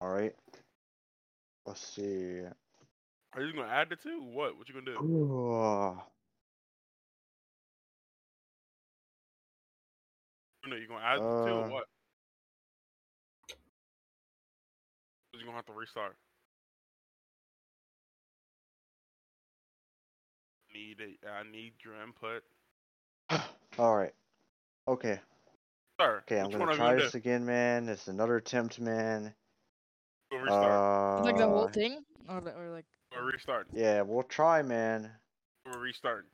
All right. Let's see. Are you gonna add the two? What? What you gonna do? Ooh. You know, you gonna add the two or Uh. what? You're gonna have to restart. Need it. I need your input, All right. Okay. sir. Okay. I'm which gonna one try are you this again, man. It's another attempt, man. do? Go restart. Uh, like the whole thing, or, the- or like Go restart. yeah, we'll try, man. Go restart.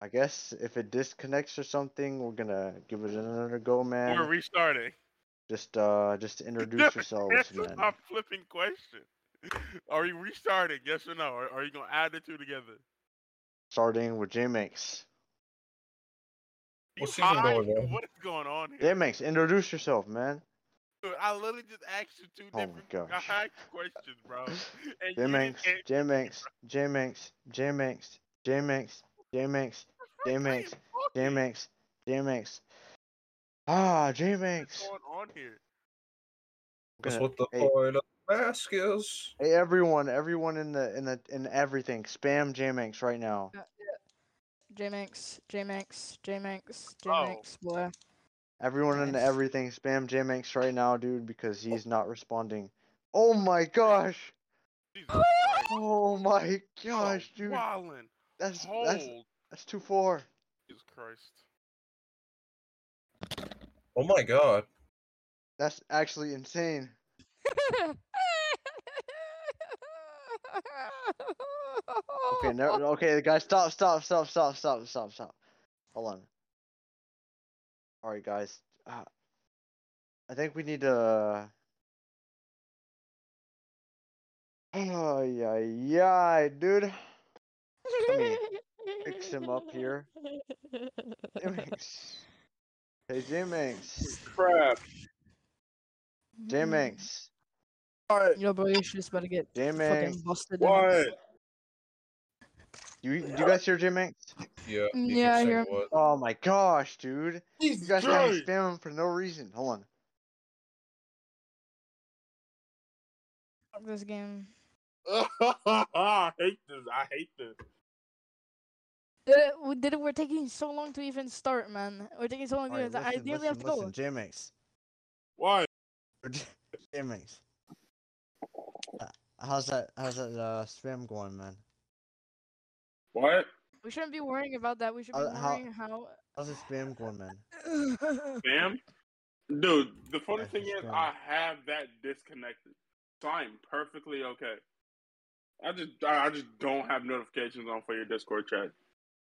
I guess if it disconnects or something, we're gonna give it another go, We're man. restarting. Just uh, just introduce yourselves, Answer oh, man. my flipping question. Are you restarting? Yes or no? Are, are you gonna add the two together? Starting with JMix. You What season high? going on? What is going on here? JMix, introduce yourself, man. Dude, I literally just asked you two Oh my different gosh. high questions, bro. And you JMix, didn't answer. JMix, JMix, JMix, JMix, JMix, I ain't JMix, fucking- JMix, JMix. Ah, What's JMix. going on here? That's Gonna- what the hey. point of the mask is. Hey everyone, everyone in the in the in everything, spam JMix right now. Uh, JMX, JMX, JMX, Oh. JMX, blah. Everyone in the Nice. everything, spam JMix right now, dude, because he's not responding. Oh my gosh! Jesus Christ. Oh my gosh, dude. Wildin'. That's that's Hold. that's too far. Jesus Christ. Oh my god. That's actually insane. Okay, no, okay, guys, stop, stop, stop, stop, stop, stop, stop. Hold on. All right, guys. Uh, I think we need to. Oh yeah, yeah, dude. Let me fix him up here. Jimmix. Hey, Jimmix. Crap. Mm. Jimmix. What? Yo, bro, you just about to get fucking Jimmix. busted. in. You, you guys hear Jimmix? Yeah. you can Mm, Yeah, I say hear him. what. Oh my gosh, dude. You Jesus guys are spamming for no reason. Hold on. Fuck this game. I hate this. I hate this. Uh, we did it. We're taking so long to even start, man. We're taking so long. All to right, even I listen, nearly have to listen, go. listen, Jimmix. Why? Jimmix. Uh, How's that? How's that uh, spam going, man? What? We shouldn't be worrying about that. We should be Uh, how- worrying how. How's the spam going, man? Bam? Dude, the funny That's thing is, insane. I have that disconnected, so I'm perfectly okay. I just, I I just don't have notifications on for your Discord chat,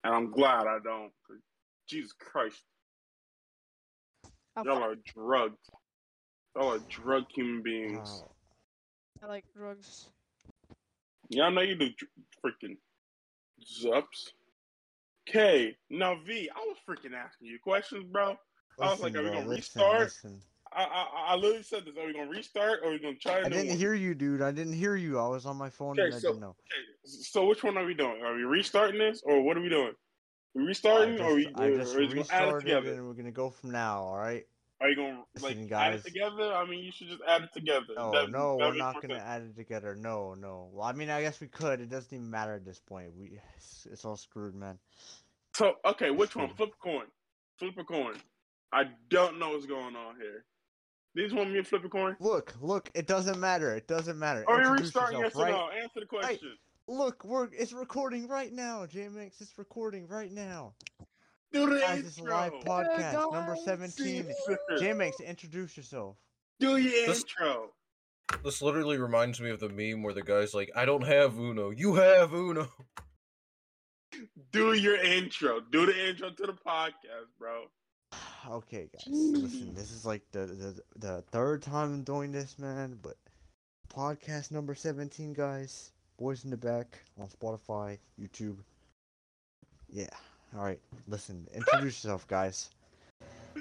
and I'm glad I don't. 'cause Jesus Christ, Oh, y'all fuck, are drugged. Y'all are drugged human beings. Wow. I like drugs. Y'all know you do dr- freaking zups. K, now V, I was freaking asking you questions, bro. I was like, Listen, are we bro, gonna listen, restart? listen. I, I, I literally said this. Are we gonna restart or are we gonna try a I new didn't one? hear you, dude. I didn't hear you. I was on my phone Okay, and I so- didn't know. Okay, so which one are we doing? Are we restarting this, or what are we doing? We restarting, I or we just, I or- just or is we add it restarted together? and we're gonna go from now. All right? Are you gonna like Listen, add guys. it together? I mean, you should just add it together. No, That- no, that we're makes more not gonna sense. add it together. No, no. Well, I mean, I guess we could. It doesn't even matter at this point. We, it's, it's all screwed, man. So okay, which one? Flip a coin. Flip a coin. I don't know what's going on here. These want me to flip a coin? Look, look. It doesn't matter. It doesn't matter. Are we Introduce restarting? Yes yourself, or right? no? Answer the question. Look, we're it's recording right now, JMX. It's recording right now. Do the Guys, this is live intro. podcast number guys. seventeen. JMX, introduce yourself. Do your This- intro. This literally reminds me of the meme where the guy's like, I don't have Uno. You have Uno. Do your intro. Do the intro to the podcast, bro. Okay, guys, listen. This is like the the, the third time I'm doing this, man. But podcast number seventeen, guys. Boys in the back on Spotify, YouTube. Yeah. All right. Listen. Introduce yourself, guys.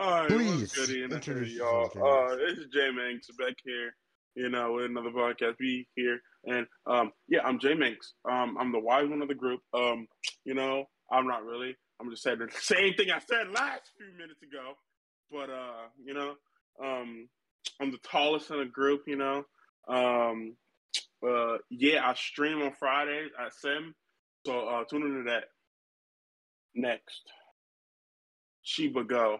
All right, Please, what's good, Ian? I hear introduce y'all. yourself, Uh, it's J Manx back here, you know, with another podcast. We here, and um, yeah, I'm J Manx. Um, I'm the wise one of the group. Um, you know, I'm not really. I'm just saying the same thing I said last few minutes ago, but uh, you know, um, I'm the tallest in the group, you know. Um, uh, yeah, I stream on Fridays at Sim, so uh, tune into that. Next, Sheba Go.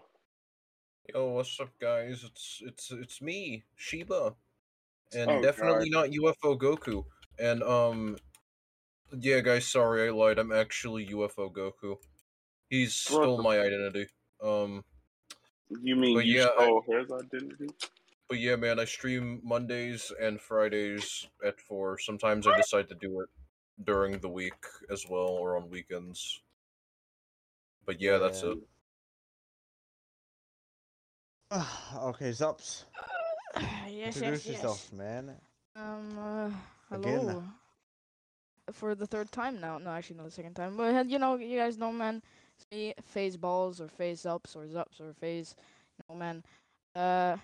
Yo, what's up, guys? It's it's it's me, Sheba, and Oh, definitely not UFO Goku. And um, yeah, guys, sorry I lied. I'm actually UFO Goku. He's What still the- my identity. Um, You mean But you yeah, I- stole his identity? but yeah, man, I stream Mondays and Fridays at four. Sometimes I decide to do it during the week as well, or on weekends. But yeah, that's Yeah. it. okay, Zups. yes, yes, introduce yourself, yes. man. Um, uh, Again. hello. For the third time now. No, actually, not the second time. But uh, you know, you guys know, man. It's me, phase balls or phase ups or zups or phase. No, man. Uh,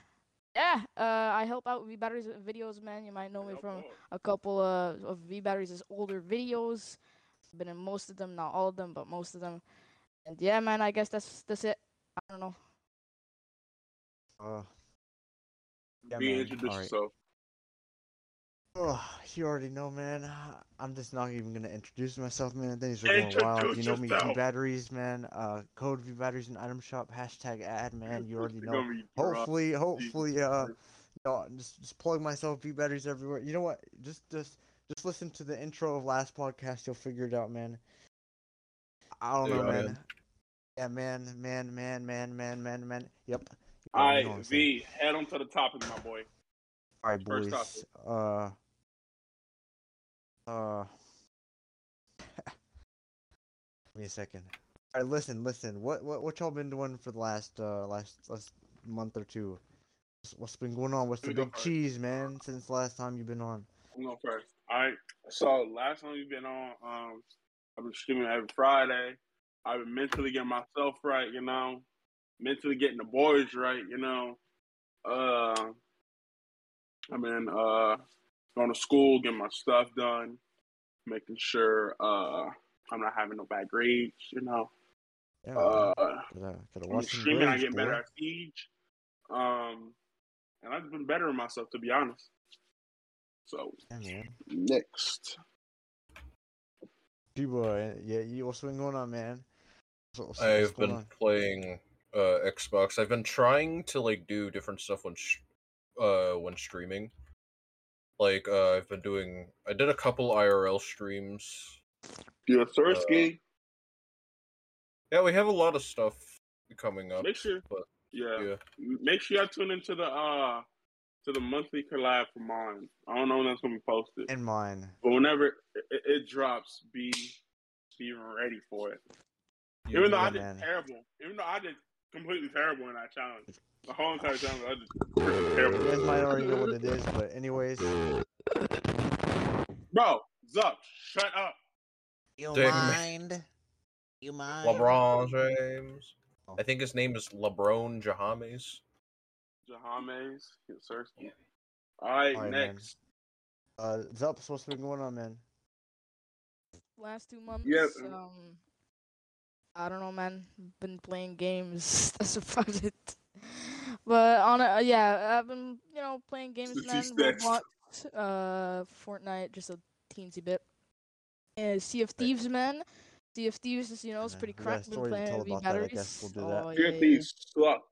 yeah. Uh, I help out V batteries with videos, man. You might know me from a couple uh, of V batteries' older videos. Been in most of them, not all of them, but most of them. And yeah, man. I guess that's that's it. I don't know. Uh, yeah, Be man, introduce alright. yourself. Ugh, you already know, man. I'm just not even gonna introduce myself, man. Things are going wild. You Introduce know me, V yourself. Batteries, man. Uh, code V Batteries and Item Shop hashtag ad, man. You already You're know. gonna be drunk. Hopefully, hopefully, uh, Christ. no, just just plug myself, V Batteries everywhere. You know what? Just just just listen to the intro of last podcast. You'll figure it out, man. I don't know, Yeah, man. man. Yeah, man, man, man, man, man, man, man. Yep. You already know what I I'm saying. V, head on to the topic, my boy. All right, First boys. Uh, uh, give me a second. All right, listen, listen. What what what y'all been doing for the last uh last last month or two? What's, what's been going on? What's Let the me go big first. cheese, man? Since last time you've been on? I'm going first. All right. So last time we've been on, um, I've been streaming every Friday. I've been mentally getting myself right, you know, mentally getting the boys right, you know. Uh, I mean, uh, going to school, getting my stuff done, making sure uh, I'm not having no bad grades, you know. Yeah, Uh, gotta, gotta I'm watch them streaming. I grades, get better boy. at Siege. Um, and I've been bettering myself, to be honest. So Yeah, man. next, G-boy, uh, yeah, you, what's been going on, man? What's- what's- what's I've going been on? playing uh, Xbox. I've been trying to like do different stuff when sh- uh when streaming. Like uh, I've been doing. I did a couple IRL streams. you're thirsty. Yeah, we have a lot of stuff coming up. make sure, uh, but- yeah. Yeah. M- Make sure y'all tune into the uh to the monthly collab for mine. I don't know when that's gonna be posted, And mine. but whenever it, it, it drops, be be ready for it. Yeah, Even though yeah, I did man. terrible, even though I did completely terrible in that challenge, the whole entire challenge I did terrible. You guys might already know what it is, but anyways. Bro, Zuck, shut up. You Dig me. mind? You mind? LeBron James. Oh. I think his name is LeBron James. Jahames, yes, sir. All right, All right, man. next. Uh, Zups, what's been going on, man? last two months. um, Um, I don't know, man. Been playing games. That's about it. But on a, yeah, I've been you know playing games, Since man. he's dead. Roblox, uh, Fortnite, just a teensy bit. Uh, sea of Thieves, man. Sea of Thieves, is, you know, it's Yeah, pretty we got a cracked. Been story to playing tell with about that, I batteries. guess we'll do that. oh, Your yeah, yeah. thieves suck.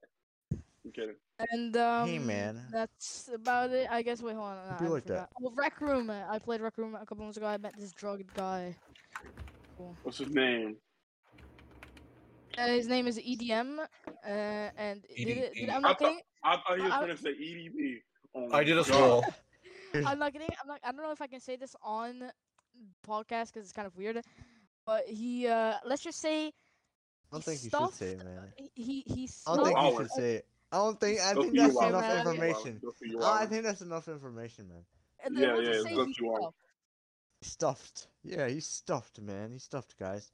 I'm kidding. And um, man. that's about it. I guess. Wait, hold on. be I like that. forgot. Well, Rec Room. uh, I played Rec Room a couple months ago. I met this drugged guy. What's his name? Uh, his name is EDM, uh, and did it, did, EDM. I'm not I thought- kidding. I thought he was I- gonna say EDP. Oh I did my as God. well. I'm not kidding. I'm not. I don't know if I can say this on podcast because it's kind of weird. But he, uh, let's just say I don't think you should Stuff- say it, man. he he, he I don't think snuck. you Wow. should say it. I don't think. I Go think for your that's wallet. enough man. information. Go for your I wallet. think that's enough information, man. and Yeah, we'll just yeah, say it's up he to you all. fell. Stuffed. Yeah, he's stuffed, man. He's stuffed, guys.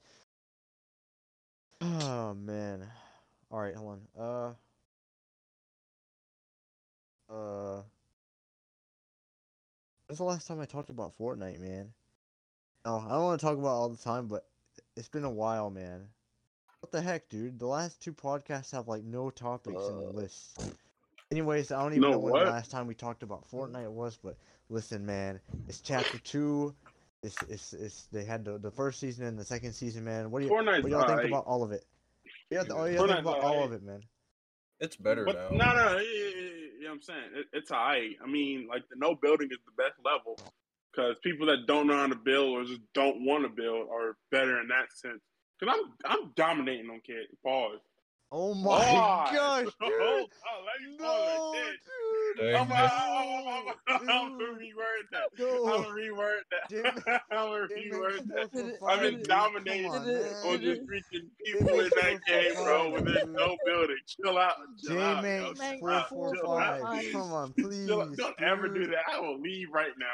Oh man. All right, hold on. Uh. Uh. When's the last time I talked about Fortnite, man? Oh, I don't want to talk about it all the time, but it's been a while, man. What the heck, dude? The last two podcasts have like no topics in the Uh. list. Anyways, I don't even No, know when what? the last time we talked about Fortnite was, but listen, man, it's chapter two. It's it's it's they had the, the first season and the second season, man. What do you what Fortnite's do y'all think alright. about all of it? Yeah, Dude, all y'all think Fortnite's about all alright. of it, man. It's better But, now. no, no, yeah, yeah, yeah, yeah, you know what I'm saying? It, it's all right. I mean, like, the no building is the best level because people that don't know how to build or just don't want to build are better in that sense. Because I'm, I'm dominating on kids. Pause. Oh my Pause. gosh, Oh, dude. I'll let you pause No, like that. dude. Dang, I'm, I'm, that's- I'm, I'm, I'm gonna Dude. reword that. No. I'm gonna reword that. I'm gonna It reword makes that. four I've for five, I've been dude. Come dominated on, on man. just reaching people in makes that four game, for bro. five, When there's dude. no building, chill out, chill out, yo. J-Max J-Max Chill out, four chill out. 445. Come on, please. Chill out. Don't ever do dude. that. I will leave right now.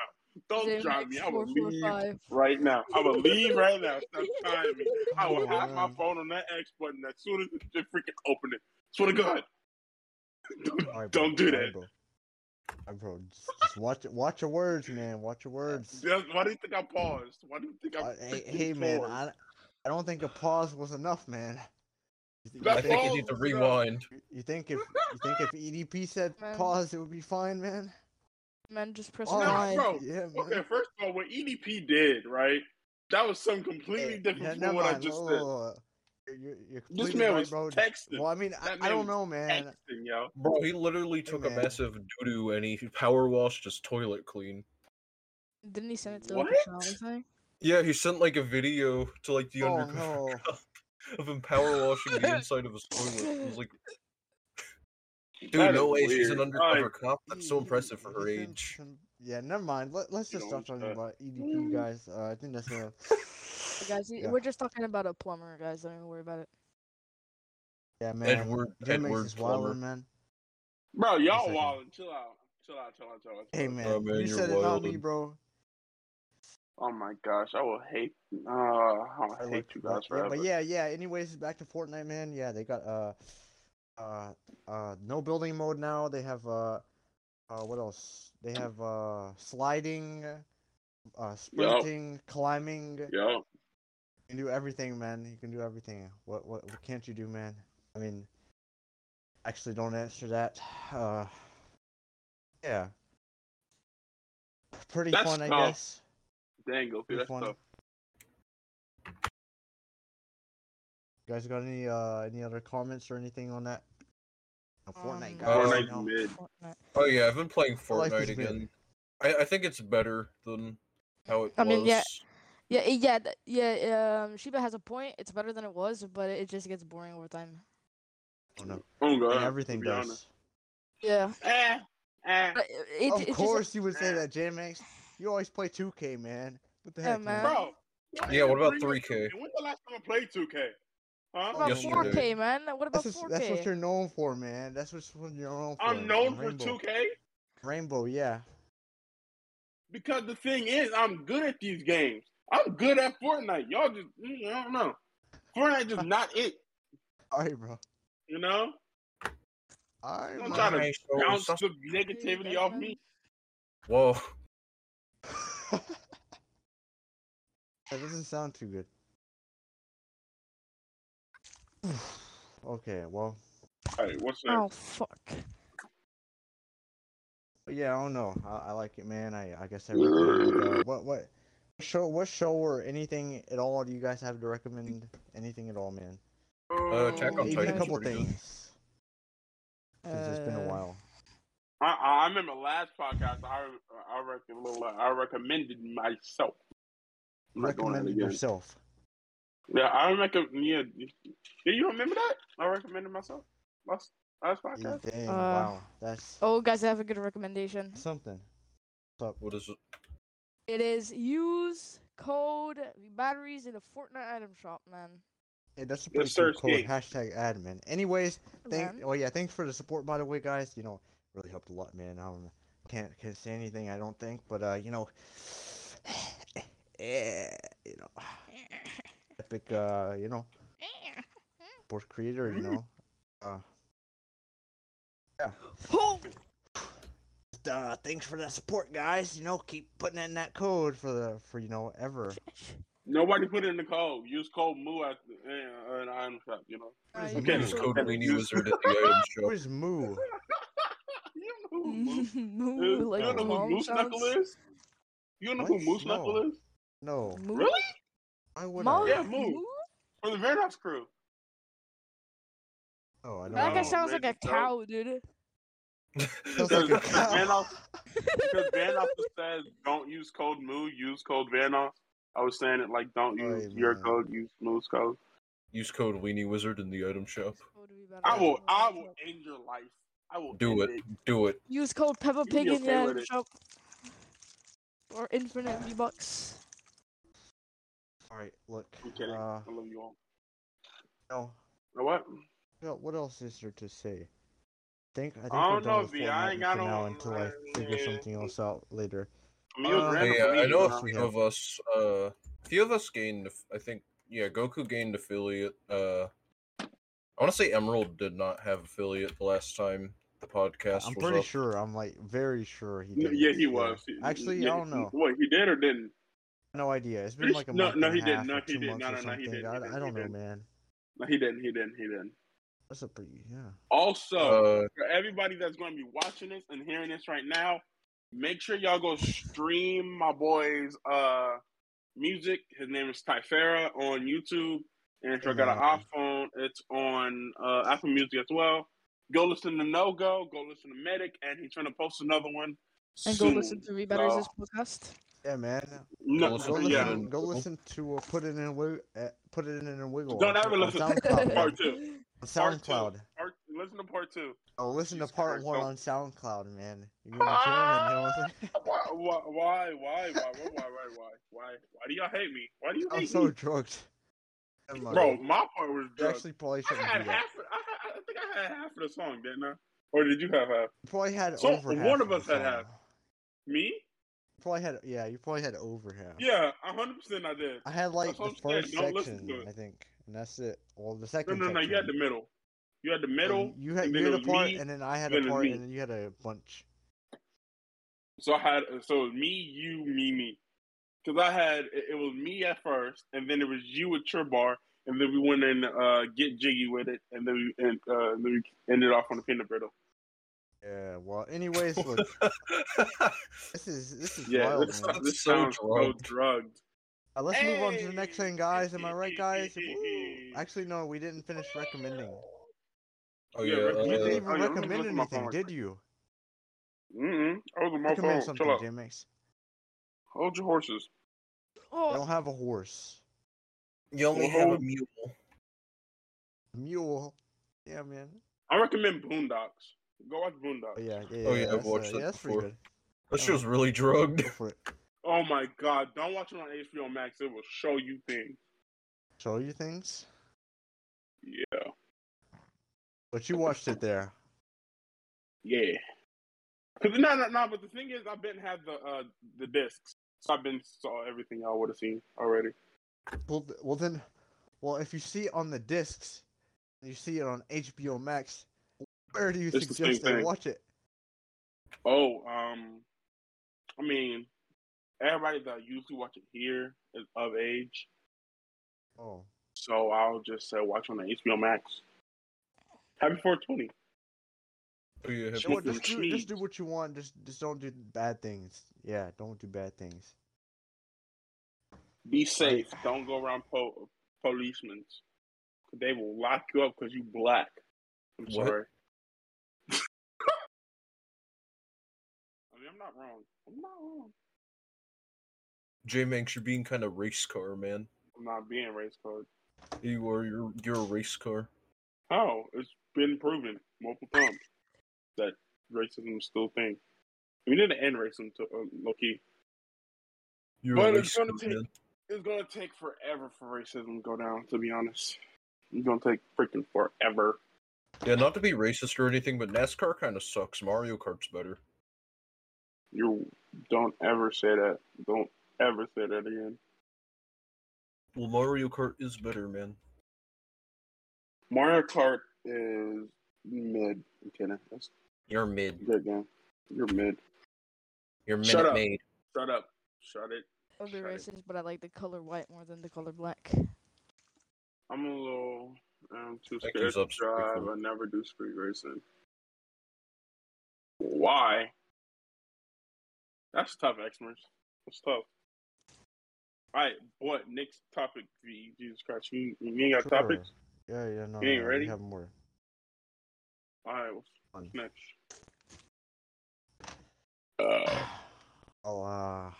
Don't Jay drop Max me. I will leave 445. right now. I will leave right now. Stop trying me. I will Come have my on. phone on that X button as soon as they freaking open it. Swear to God. All right, bro. Don't do All right, that. bro. All right, bro. Just, just watch it. Watch your words, man. Watch your words. That's- Why do you think I paused? Why do you think I Uh, hey, hey, man. I, I don't think a pause was enough, man. You th- you That I think you pause think, need to was enough. rewind. you think if you think if EDP said Man. pause, it would be fine, man. Man, just press All right, nine. bro. yeah, Okay, man. first of all, what EDP did, right? That was something completely Hey, yeah, different Eh, never from what I mind. just Whoa, said. whoa, whoa. You're, you're- you're This completely man right, was bro. texting, Well, I mean, That I, I don't man was know, man. texting, yo. Bro, he literally took a man. massive doo doo and he power washed his toilet clean. Didn't he send it to What? like a child or something? Yeah, he sent like a video to like the Oh undercover no. cop of him power washing the inside of his toilet. He was like, dude, That no is way she's weird. an All undercover right. cop. That's so He- he- impressive for he her sent age. some- Yeah, never mind. Let, let's You just know, stop talking uh, about E EDP, guys. Uh, I think that's enough. But guys, y- Yeah. we're just talking about a plumber, guys. Don't even worry about it. Yeah, man. Edward J-Max Edward is wilder, Plummer. man. Bro, y'all second. wildin'. Chill out. Chill out, chill out, chill out. Hey, man. Oh, man, you you're said it, not me, wildin'. bro. Oh my gosh, I will hate. Uh, I I will hate looked- you but- guys yeah, forever. but yeah, yeah. Anyways, back to Fortnite, man. Yeah, they got uh, uh, uh, no building mode now. They have uh, uh, what else? They have uh, sliding, uh, sprinting, climbing. Yo, You can do everything, man. You can do everything. What what, what can't you do, man? I mean, actually, don't answer that. Uh, yeah, pretty That's fun, I tough. guess. dang, go Pretty that's fun. tough. You guys got any uh any other comments or anything on that? Uh, Fortnite Um, guys. Uh, Fortnite you know? mid. Fortnite. Oh yeah, I've been playing I like Fortnite this bit. again. I, I think it's better than how it I was. mean, yeah, Yeah, eh, yeah, th- yeah. Um, Sheba has a point. It's better than it was, but it just gets boring over time. I don't know. Oh god, And everything to be does. honest. Yeah. Eh, eh. But Uh, it, of it, it's course, Just, you would say that, JMX. You always play 2K, man. What the Yeah, heck, man. Bro. why Yeah, what you about bring up 3K? 2K? When's the last time I played 2K? Huh? what about Yes, you 4K, did. man? What That's, about just, 4K? that's what you're known for, man. That's what's what you're known for. I'm man. known for Rainbow. 2K Rainbow, yeah. because the thing is, I'm good at these games. I'm good at Fortnite. Y'all just, mm, I don't know. Fortnite just not it, All right, bro. you know? All right, Don't bro. try to Nice, so bounce sus- the negativity off me. Whoa. that doesn't sound too good. okay, well, All right, what's next? Oh fuck. yeah, I don't know. I, I like it, man. I, I guess I recommend. Uh, what what show what show or anything at all do you guys have to recommend? Anything at all, man? Uh, Attack Oh, on Even a Titan's couple pretty good. things. Since it's been a Uh, while. I, I remember last podcast. I I, rec- I recommended myself. I'm not doing that Recommend again. yourself. Yeah, I recommend. Yeah, do you remember that? I recommended myself last last Yeah, podcast. Dang, Uh, wow, that's Oh, guys, I have a good recommendation. something. What is it? It is use code batteries in a Fortnite item shop, man. Hey, that's a pretty cool search code. gate. Hashtag admin. Anyways, thank. Man. Oh yeah, thanks for the support, by the way, guys. You know, really helped a lot, man. I don't, can't can't say anything. I don't think, but uh, you know, eh, you know, epic. Uh, you know, sports creator. You know, uh, yeah. Just, Uh, thanks for that support, guys. You know, keep putting in that code for the for you know ever. Nobody put in the code. Use code Moo at the uh, uh, item shop. You know. What is Uh, Moo? Okay. Use code Okay. Weenie Wizard at the item shop. Where's Moo? Mm-hmm. Moose- Moo, you like know who mom Moose sounds. Knuckle is? You know who What? Moose No. Knuckle is? No. Moo? Really? Why would Mom? I? Yeah, Moo. From the Vanox crew. Oh, I don't That guy know. No, sounds like a man, no. cow, dude. Sounds Because like a cow. Vanox, because Vanox says, don't use code Moo, use code Vanox. I was saying it like, don't Oh, use yeah, your man. code, use Moo's code. Use code Weenie Wizard in the item shop. I will, I will end your life. I will Do end it. Do it. Use code Peppa be Pig in okay the with item it. shop for infinite V bucks. All right, look. I'm kidding. Uh, I love you all. no. You know what? Well, what else is there to say? Think I think I we're don't done know, with B. Fortnite I ain't got for no- now until I I- figure yeah. something else out later. I mean, it was Uh, random Hey, for uh, me, I know you a few of us. Uh, a few of us gained. I think yeah, Goku gained affiliate. Uh, I want to say Emerald did not have affiliate the last time the podcast. I'm was pretty up. sure. I'm like very sure he No, did. Yeah, he was. Actually, yeah, I don't he- know. What he did or didn't? No idea. It's been Pretty like a su- no, month no, and he a didn't. half No, or he two didn't. months No, or no, no, he something. didn't. He I, didn't. I don't He know, didn't. man. No, he didn't. He didn't. He didn't. That's a pretty yeah. Also, Uh, for everybody that's going to be watching this and hearing this right now, make sure y'all go stream my boy's uh music. His name is Tyfera on YouTube, and if you got an iPhone, it's on uh, Apple Music as well. Go listen to No Go. Go listen to Medic, and he's trying to post another one. And go soon. listen to Rebetters' so- podcast. Yeah, man. Go No, Go listen listen. yeah. to- Go listen to uh, put it in a wig, uh, put it in a wiggle. Don't on- ever on listen. SoundCloud. man. Part two. On Part two. SoundCloud. Part, listen to part two. Oh, listen to Jesus part Christ, one don't- on SoundCloud, man. You're gonna kill me, you know? Why? Why? Why? Why? Why? Why? Why? Why? Why? Why, why do y'all hate me? Why do you hate I'm so me, drugged. Never mind. bro? My part was You drugs. actually probably I shouldn't had do that. half. Of, I, had- I think I had half of the song, didn't I? Or did you have half? You probably had So, over half. one of us the had song. Me? You probably had yeah. You probably had over half. Yeah, hundred percent. I did. I had like That's what the I'm saying, first don't listen to section, it. I think, and that's it. Well, the No, second. no, no. section. You had the middle. You had the And middle. You had and you then had a it was part, me, and then I had then a it was part, me. and then you had a bunch. So I had. So it was me, you, me, me. Because I had. It, it was me at first, and then it was you with your bar, and then we went in uh, get jiggy with it, and then we and, uh, and then we ended off on the peanut brittle. Yeah. Well, anyways, look, Uh, this is this is Yeah, wild, this, man. this So sounds so drugged. drugged. Uh, let's move on to the next Hey! thing, guys. Am I right, guys? Woo. Actually, no, we didn't finish recommending. oh Yeah, yeah. You recommend- uh, didn't yeah. even Uh, Oh, yeah, let me recommend look at my anything, phone. did you? Mm-mm. I Mm-hmm. was on my Recommend phone. Chill something, out. J-Mix. Hold your horses. I Oh, don't have a horse. you only have a Well, mule. A mule. Yeah, man. I recommend Boondocks. Go watch Boondocks. Oh, yeah, yeah, Oh, yeah, yeah, I've that's, uh, watched that yeah, that's pretty before. good. That show's really drugged. Go for it. Oh my god, don't watch it on HBO Max. It will show you things. Show you things, Yeah. but you watched it there. Yeah. Cause no, no, no. But the thing is, I've been had the uh the discs, so I've been saw everything y'all would have seen already. Well, th- well then, well if you see it on the discs, and you see it on HBO Max. Where do you It's the same suggest they thing. watch it? Oh, um, I mean, everybody that usually watch it here is of age, Oh, so I'll just say watch on the HBO Max. Happy 420. Oh, yeah, have You know you- what, just do cheese. just do what you want. Just just don't do bad things. Yeah, don't do bad things. Be safe. Don't go around po- policemen. They will lock you up because you black. I'm What? sorry. I mean, I'm not wrong. I'm not wrong. J Manx, you're being kind of race car, man. I'm not being race card. You are. You're. You're a race car. Oh, it's been proven multiple times that racism is still a thing. We need to end racism, to, uh, low key. You're Well, a it's race car, gonna take- man. It's gonna take forever for racism to go down. To be honest, it's gonna take freaking forever. Yeah, not to be racist or anything, but NASCAR kind of sucks. Mario Kart's better. You don't ever say that. Don't ever say that again. Well, Mario Kart is better, man. Mario Kart is mid. I'm kidding. That's You're a mid. good game. You're mid. You're minute Shut up. made. Shut up. Shut it. I'll be Shut it. racist, but I like the color white more than the color black. I'm a little. I'm too That scared gives to up street drive. I food. never do street racing. Why? That's tough, Xmers. That's tough. All right, what next topic? V? Jesus Christ, you, you ain't got topics. Yeah, yeah, no. You ain't no, ready? We have more. All right, what's Fun. next? Uh, Oh, uh,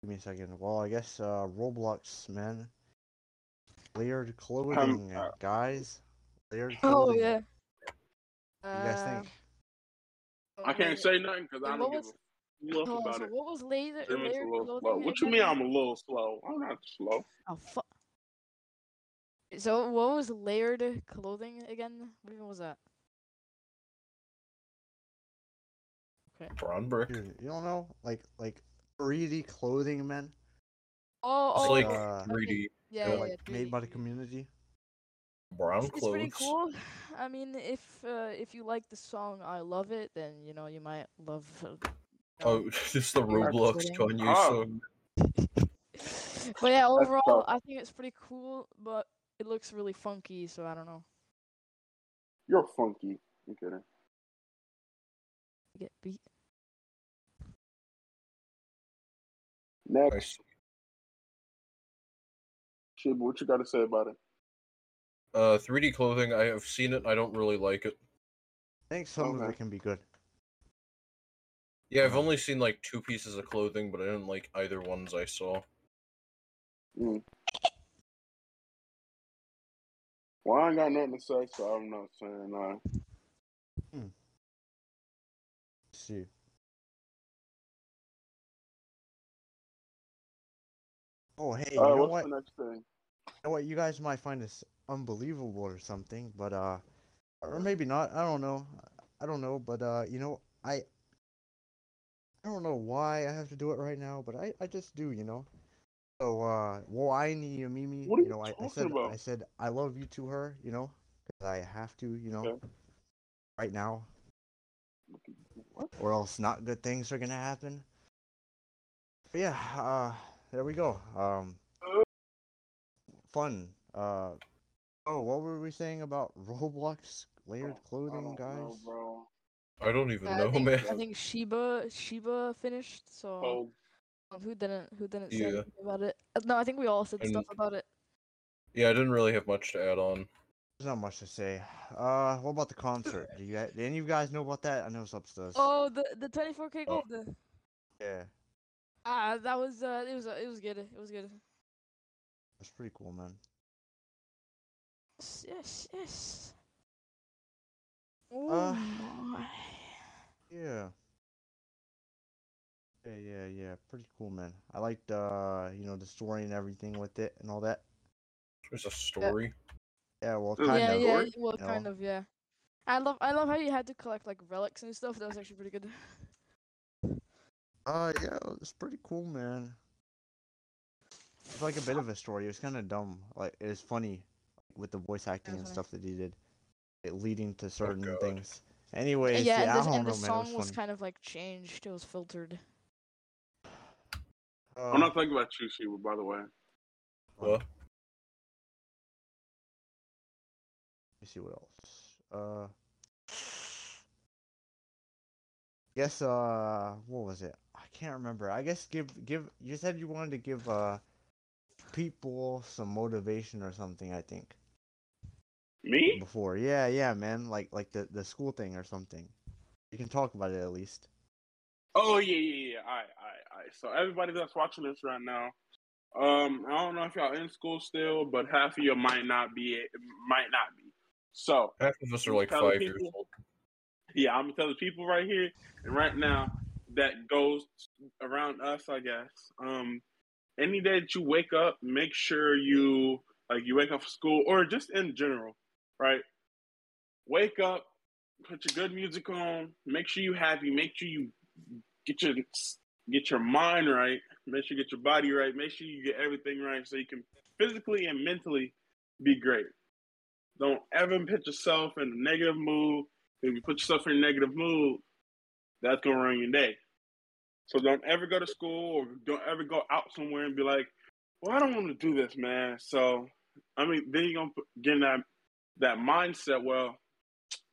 give me a second. Well, I guess uh, Roblox, man. Layered clothing, uh, guys. Layered Oh clothing. yeah. Uh, What do you guys think? I can't say nothing because I And don't what give was- a fluff Hold on, about Oh, so it. what was laser? Simmons layered a little clothing slow. What you again? mean? I'm a little slow. I'm not slow. Oh fuck. So what was layered clothing again? What even was that? Brown brick. Dude, you don't know? Like, like 3D clothing, man. Oh, It's oh, like okay. uh, 3D yeah, They're, yeah, they're, like yeah, made by the 3D. community. brown It's pretty clothes. cool. I mean, if uh, if you like the song "I Love It," then you know you might love. uh, Oh, just the Roblox Representing. Kanye Ah. song. but yeah, overall, tough. I think it's pretty cool, but it looks really funky, so I don't know. You're funky. I'm kidding. I Get beat. Next, Nice. Shib, what you got to say about it? Uh, 3D clothing. I have seen it. I don't really like it. I think some of Okay. it can be good. Yeah, I've Uh-huh. only seen like two pieces of clothing, but I didn't like either ones I saw. Well, I ain't got nothing to say, so I'm not saying uh, nothing. Let's see. Oh, hey, you All right, know Uh, what? what's the next thing? know what you guys might find this unbelievable or something, but uh, or maybe not. I don't know. I don't know, but uh, you know, I, I don't know why I have to do it right now, but I, I just do, you know. So uh, well, I need you, Mimi. What are you know, you I, I talking said, about? I said, I love you to her, you know, 'cause I have to, you know, Okay. right now, What? or else not good things are gonna happen. But yeah, uh, there we go. Um, fun. Uh, oh, what were we saying about Roblox layered Oh, I clothing, don't guys? know, bro. I don't even I know, think, man. I think Sheba Sheba finished, so Oh, um, who didn't who didn't say Yeah. anything about it? Uh, No, I think we all said And- stuff about it. Yeah, I didn't really have much to add on. There's not much to say. Uh, what about the concert? Do you guys, do any of you guys know about that? I know it's upstairs. Oh, the the 24k Oh. gold. the- Yeah, Ah, that was uh, it was uh, it was good. It was good. that's pretty cool, man. Yes, yes, yes. Uh, Oh my. Yeah. Yeah, yeah, yeah. Pretty cool, man. I liked uh, you know, the story and everything with it and all that. There's a story. Yeah, well, Yeah, kind yeah, of. yeah, Or- y- well, you kind know. of, yeah. I love, I love how you had to collect like relics and stuff. That was actually pretty good. Uh, yeah, it's pretty cool, man. It's like a bit of a story. It was kind of dumb. Like it was funny with the voice acting and funny. stuff that he did, it leading to Oh, certain God. things. Uh, Anyways, yeah, yeah, and, I this, don't and know, the man. It song was, was funny. kind of like changed. It was filtered. Uh, I'm not talking about you, Sheba, by the way. Well, Let me see what else. Uh, guess uh, what was it? I can't remember. I guess give give. You said you wanted to give uh, people some motivation or something. I think Me? before. Yeah, yeah, man. Like like the the school thing or something. You can talk about it at least. Oh, yeah, yeah, yeah. All right, all right, all right. So, everybody that's watching this right now, um, I don't know if y'all in school still, but half of you might not be. It might not be. So, half of us are You like tell five years people- old. Yeah, I'm telling people right here and right now that goes around us, I guess. Um, any day that you wake up, make sure you like you wake up for school or just in general, right? Wake up, put your good music on, make sure you happy, make sure you get your get your mind right, make sure you get your body right, make sure you get everything right so you can physically and mentally be great. Don't ever put yourself in a negative mood. If you put yourself in a negative mood, that's gonna ruin your day. So don't ever go to school or don't ever go out somewhere and be like, "Well, I don't want to do this, man." So, I mean, then you're gonna put- get in that that mindset. Well,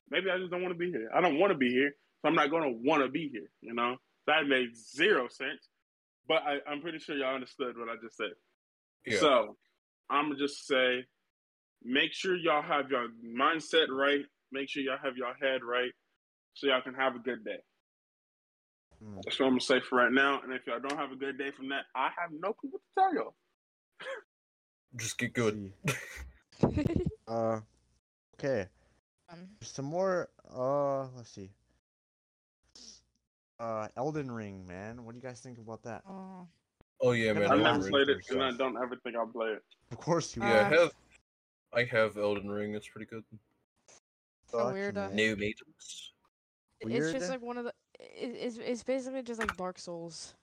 maybe I just don't want to be here. I don't want to be here. So I'm not gonna want to be here. You know, that made zero sense. But I, I'm pretty sure y'all understood what I just said. Yeah. So I'm gonna just say, make sure y'all have your mindset right. Make sure y'all have your head right, so y'all can have a good day. Mm. That's what I'm gonna say for right now. And if y'all don't have a good day from that, I have no clue what to tell y'all. Just get good. See. Uh, okay. Um, Some more. Uh, let's see. Uh, Elden Ring, man. What do you guys think about that? oh. Oh yeah, Come on. man. I Elden never Ring played for it, and I yourself. don't ever think I'll play it. Of course you. Ring. Yeah, I Uh, have. I have Elden Ring. It's pretty good. suck, weird, uh, man. New maidens. it- It's Weird. just like one of the. It, it's it's basically just like Dark Souls.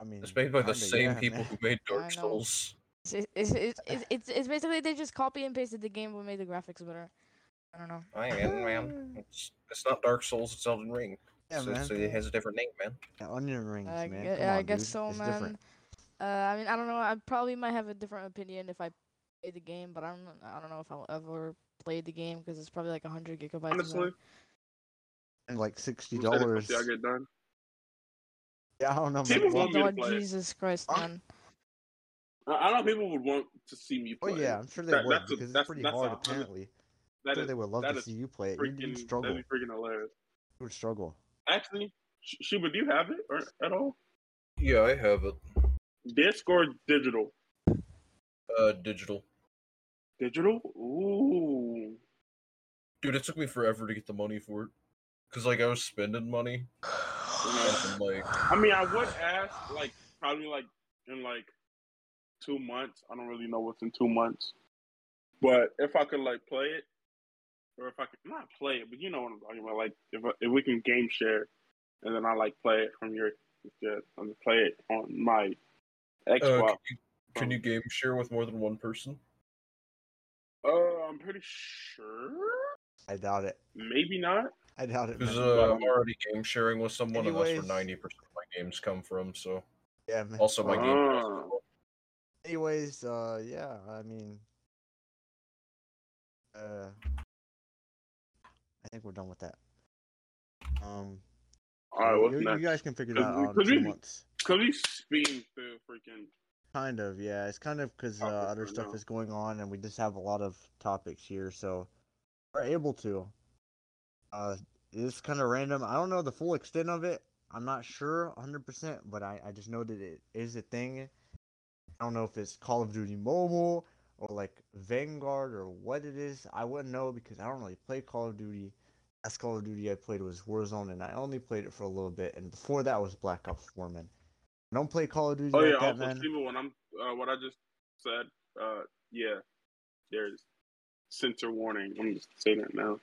I mean, It's made by the kinda, same yeah, people man. who made I Dark know. Souls. It's it's, it's, it's, it's, it's, it's basically they just copy and pasted the game but made the graphics better. I don't know. I am, man. It's, it's not Dark Souls. It's Elden Ring. Yeah, so, man. so it has a different name, man. Yeah, Onion rings, I, man. gue- Come I on, guess dude. so, it's man. different. Uh, I mean, I don't know. I probably might have a different opinion if I play the game, but I don't. I don't know if I'll ever play the game because it's probably like hundred gigabytes. of Honestly, And like sixty I'm excited to dollars. see y'all get done. Yeah, I don't know, People man. want RAM. Well, me to Lord play it. Oh, Jesus Christ, Huh? man. I I know people would want to see me oh play. yeah, it. I'm sure they That- would that's a- because it's that's- pretty that's a hard. hundred- Apparently, I'm That sure is they would love that to is see you play it. You- freaking You'd that'd struggle. be freaking hilarious. You would struggle. Actually, Sh- Sheba, do you have it or at all? Yeah, I have it. Disc or digital? Uh, digital. Digital? Ooh. Dude, it took me forever to get the money for it. Cause like I was spending money, and like I mean, I would ask like probably like in like two months. I don't really know what's in two months, but if I could like play it, or if I could not play it, but you know what I'm talking about. Like if I- if we can game share, and then I like play it from your, yeah, I'm gonna play it on my Uh, Xbox. can, you, can you game share with more than one person? Uh, I'm pretty sure. I doubt it. Maybe not. I doubt it, Because man. uh, I'm already game sharing with someone, and Anyways. that's where ninety percent of my games come from. So yeah, man. also my game. Pass Ah. as well. Anyways, uh, yeah. I mean, uh, I think we're done with that. Um, All right, you- what's Oh, you, next? you guys can figure that 'Cause we- out in 'cause two we- months. Cause we speeding through freaking. Kind of, yeah. It's kind of because uh, Topics other right stuff now. is going on, and we just have a lot of topics here, so we're able to. Uh, it's kind of random. I don't know the full extent of it. I'm not sure 100%, but I, I just know that it is a thing. I don't know if it's Call of Duty Mobile or like Vanguard or what it is. I wouldn't know because I don't really play Call of Duty. Last Call of Duty I played was Warzone, and I only played it for a little bit, and before that was Black Ops 4, man. I don't play Call of Duty Oh like yeah, that, also man. Steven, when I'm uh, what I just said, uh, yeah, there's censor warning. I'm just saying it now.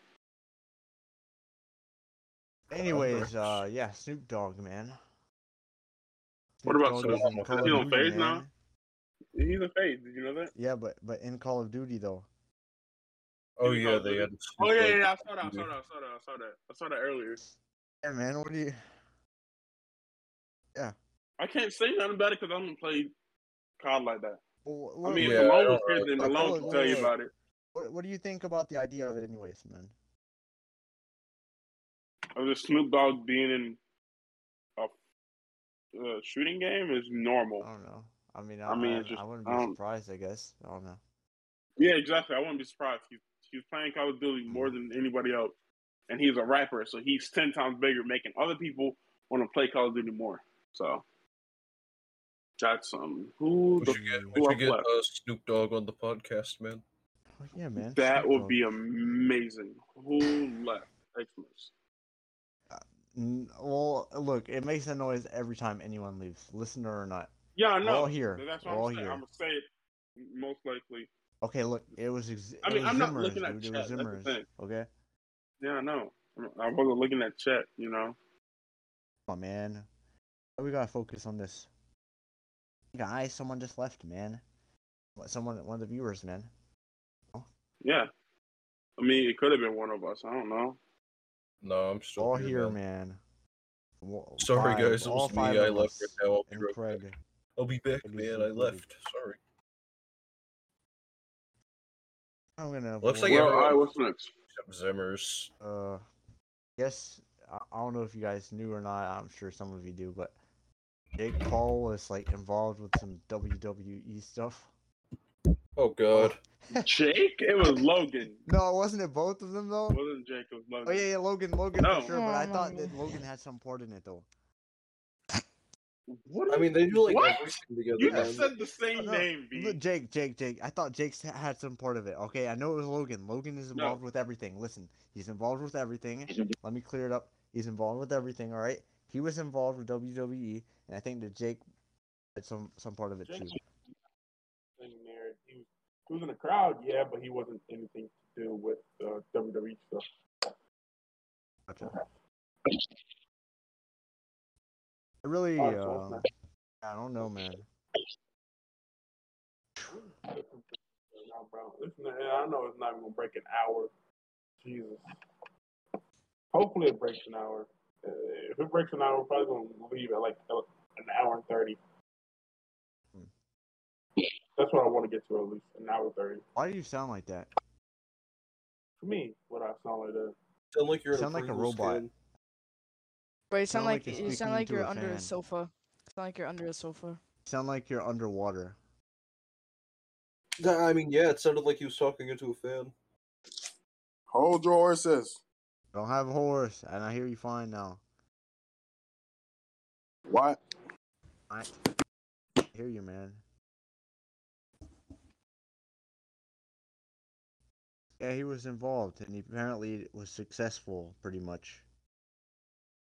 Anyways, Congrats. uh, yeah, Snoop Dogg, man. What about Dogg is Snoop in Dogg? Call He of on Duty, phase now? man. He's a fade. Did you know that? Yeah, but but in Call of Duty though. Oh Maybe yeah, Call of they Duty. had. Oh yeah, yeah, yeah, I Snoop saw that. I Dogg saw movie. that. I saw that. I saw that. I saw that earlier. Yeah, man. What do you? I can't say nothing about it because I don't play COD like that. wha- I wha- mean, uh, Yeah, I Malone was don't here, really then play Malone COD. can tell you about it. what, what do you think about the idea of it, anyways, man? I was just Snoop Dogg being in a uh, shooting game is normal. I don't know. I mean, I, I mean, I, it's just- I wouldn't I be don't- surprised. I guess I don't know. Yeah, exactly. I wouldn't be surprised. He's he's playing Call of Duty more than anybody else, and he's a rapper, so he's ten times bigger, making other people want to play Call of Duty more. So that's um who We the, should get, who we should I get left? uh, Snoop Dogg on the podcast, man. Well, yeah, man. that Snoop would Dogg. be amazing. Who left? Xmas. N- Well, look, it makes a noise every time anyone leaves, listener or not. Yeah, I We're know. all here. That's what We're all I'm saying. here. I'm gonna say it most likely. Okay, look, it was. Ex- I it mean, was I'm not Zimmer's, looking at dude. It chat, was that's the Zimmer's. thing. Okay, Yeah, I know. I wasn't looking at chat, you know. come on, man. We gotta focus on this. Guys, someone just left, man. What- Someone, one of the viewers, man. Yeah, I mean, it could have been one of us. I don't know. No, I'm still all here, here, man. man. Wo- Sorry five, guys, it all was me. five I of left us right now. I'll be And right back. Craig. I'll be back, It is man. I included. left. Sorry. I'm gonna. Looks avoid, like well, all everyone- right, what's next? Except Zimmers. uh, yes, I, I don't know if you guys knew or not. I'm sure some of you do, but Jake Paul was like involved with some WWE stuff. Oh god. Jake? It was Logan. No, wasn't it both of them though? Wasn't Jake? It was Logan. Oh yeah, yeah Logan, Logan No. for sure. But I Oh, thought no. that Logan had some part in it though. What I mean, they do like Oh, What? everything together. You Yeah. just man. said the same No, name, B. Look, Jake, Jake, Jake. I thought Jake had some part of it. Okay, I know it was Logan. Logan is No. involved with everything. Listen, he's involved with everything. Let me clear it up. He's involved with everything. All right. He was involved with WWE, and I think that Jake had some some part of it too. in there. He was, he was in the crowd, yeah, but he wasn't anything to do with uh, WWE stuff. Gotcha. I really, Oh, it's all uh, good. I don't know, man. No, bro. Listen, I know it's not even gonna break an hour. Jesus. Hopefully it breaks an hour. Uh, if it breaks an hour, we're probably gonna leave at like uh, an hour and thirty. Hmm. That's what I want to get to at least an hour and thirty. Why do you sound like that? For me, what I sound like that. sound like you're in Sound like a Pringles robot. can. Bro, you sound, Sound like like, you're you speaking sound like to a you're under fan. a sofa. Sound like you're under a sofa. sound like you're underwater. Yeah, I mean, yeah, it sounded like he was talking into a fan. Hold your horses. Don't have a horse, and I hear you fine now. What? I hear you, man. Yeah, he was involved, and he apparently was successful, pretty much.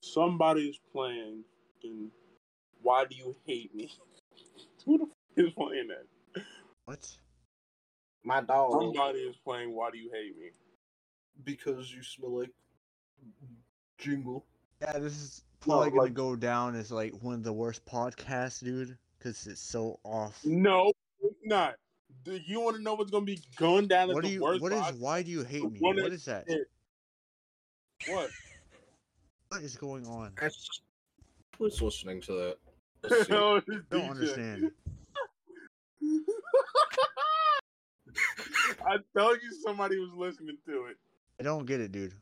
Somebody's playing, and why do you hate me? Who the f- is playing that? What? My dog. Oh. Somebody is playing. Why do you hate me? Um, Because you smell like jingle. Yeah, this is probably gonna like- go down as like one of the worst podcasts, dude, because it's so off. No, it's not. Do you want to know what's going to be going down What as do the you? worst? What is? box? Why do you hate me? What What is is that? it? what? What is going on? I That's who's listening to that. Let's see. No, it's don't DJ. understand. I told you somebody was listening to it. I don't get it, dude.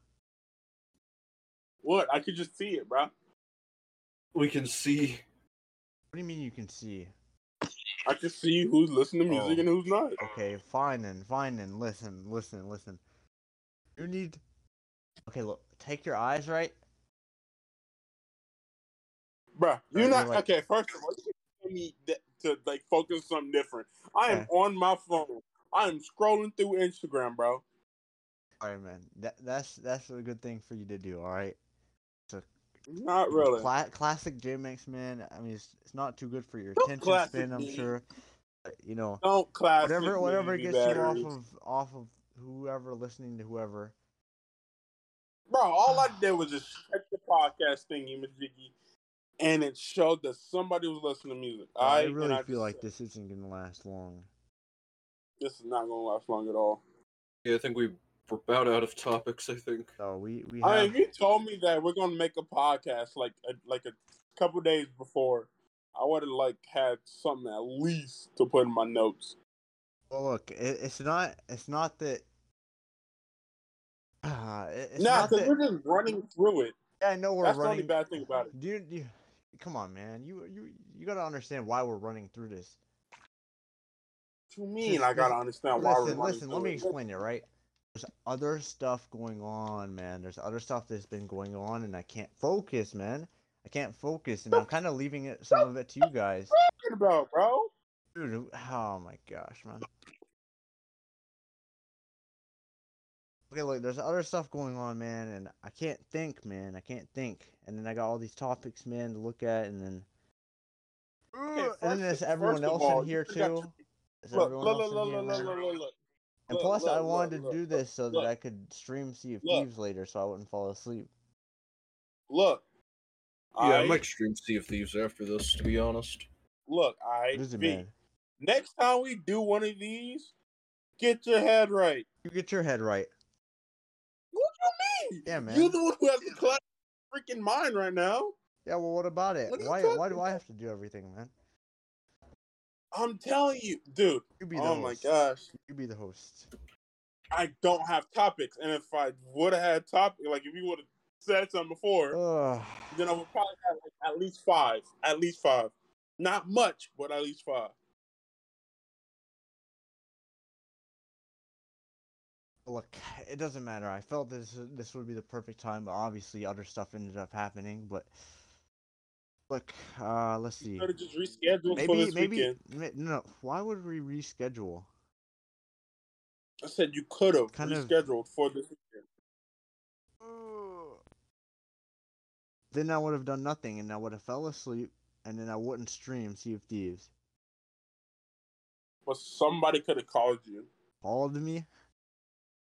What? I could just see it, bro. we can see. What do you mean you can see? I could see who's listening to music Oh. and who's not. Okay, fine then, fine then. Listen, listen, listen. You need. Okay, look. Take your eyes right. Bruh, you're Right, not you're like- okay. First of all, you tell me that, to like focus on something different. I am on my phone. I am scrolling through Instagram, bro. All right, man. That that's that's a good thing for you to do. All right. Not really. Cla- classic JMX, man. I mean, it's, it's not too good for your Don't attention classic span. I'm me. sure. But, you know, Don't class whatever whatever gets you off batteries. of off of whoever listening to whoever. Bro, all I did was just check the podcast thing, you Majiggy, and it showed that somebody was listening to music. I, Alright? really And I feel just like said, this isn't gonna last long. This is not gonna last long at all. Yeah, I think we we're about out of topics. I think. So we we I have mean, if you told me that we're gonna make a podcast like a, like a couple days before, I would have like had something at least to put in my notes. well, look. It, it's not it's not that. Uh, it, it's Nah, not because that. we're just running through it. Yeah, I know we're That's the only running. bad thing about it. Do you, do you, come on, man. You you you gotta understand why we're running through this. What you mean? Just I gotta listen- understand why we're Listen, running listen. through Let me it. explain it. Right. There's other stuff going on, man. There's other stuff that's been going on, and I can't focus, man. I can't focus, and I'm kind of leaving it some of it to you guys. What you about, bro? Dude, oh my gosh, man. Okay, look, there's other stuff going on, man, and I can't think, man. I can't think. And then I got all these topics, man, to look at, and then. Okay, and then there's first- Mm, everyone first of else all, in you here, still got too. your- Is Look, everyone look, else look, in look, here, look, man? look, look, look. And look, plus, I look, wanted look, to do look, this so look. that I could stream Sea of Look. Thieves later so I wouldn't fall asleep. Look. Yeah, I Aight, might stream Sea of Thieves after this. To be honest, Look, I Listen, V. man. Next time we do one of these, get your head right. You get your head right. What do you mean? Yeah, man. You the one who has the class freaking mind right now. Yeah, well, what about it? What are you Why, why talking do I have to do everything, man? I'm telling you, dude. You be the Oh my host. gosh, You be the host. I don't have topics, and if I would have had topic, like if you would have said something before, Ugh. then I would probably have like, at least five. At least five. Not much, but at least five. Look, it doesn't matter. I felt this this would be the perfect time, but obviously other stuff ended up happening. But look, uh, let's see. Could have just rescheduled for Maybe, this maybe, weekend. ma- no. Why would we reschedule? I said you could have Kind of- rescheduled for this weekend. Then I would have done nothing, and I would have fell asleep, and then I wouldn't stream Sea of Thieves. But somebody could have called you. Called me.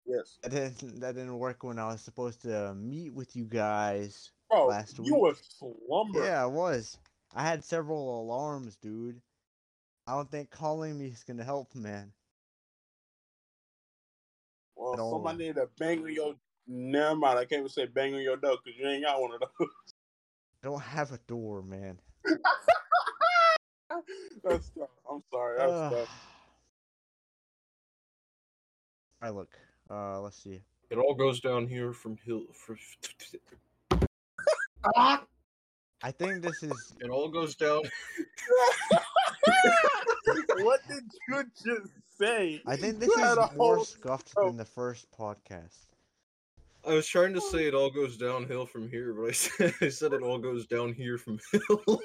Yes. That didn't that didn't work when I was supposed to uh, meet with you guys. Bro, Last you were slumber. Yeah, I was. I had several alarms, dude. I don't think calling me is gonna help, man. At Well, all. somebody need to bang on your. Never mind. I can't even say bang on your door because you ain't got one of those. I don't have a door, man. That's tough. I'm sorry. That's Ugh. tough. I look. Uh, let's see. It all goes down here from hill. fr- I think this is It all goes down. what did you just say? I think this had is a more whole scuffed show. than the first podcast. I was trying to say it all goes downhill from here, but I said, I said it all goes down here from hill.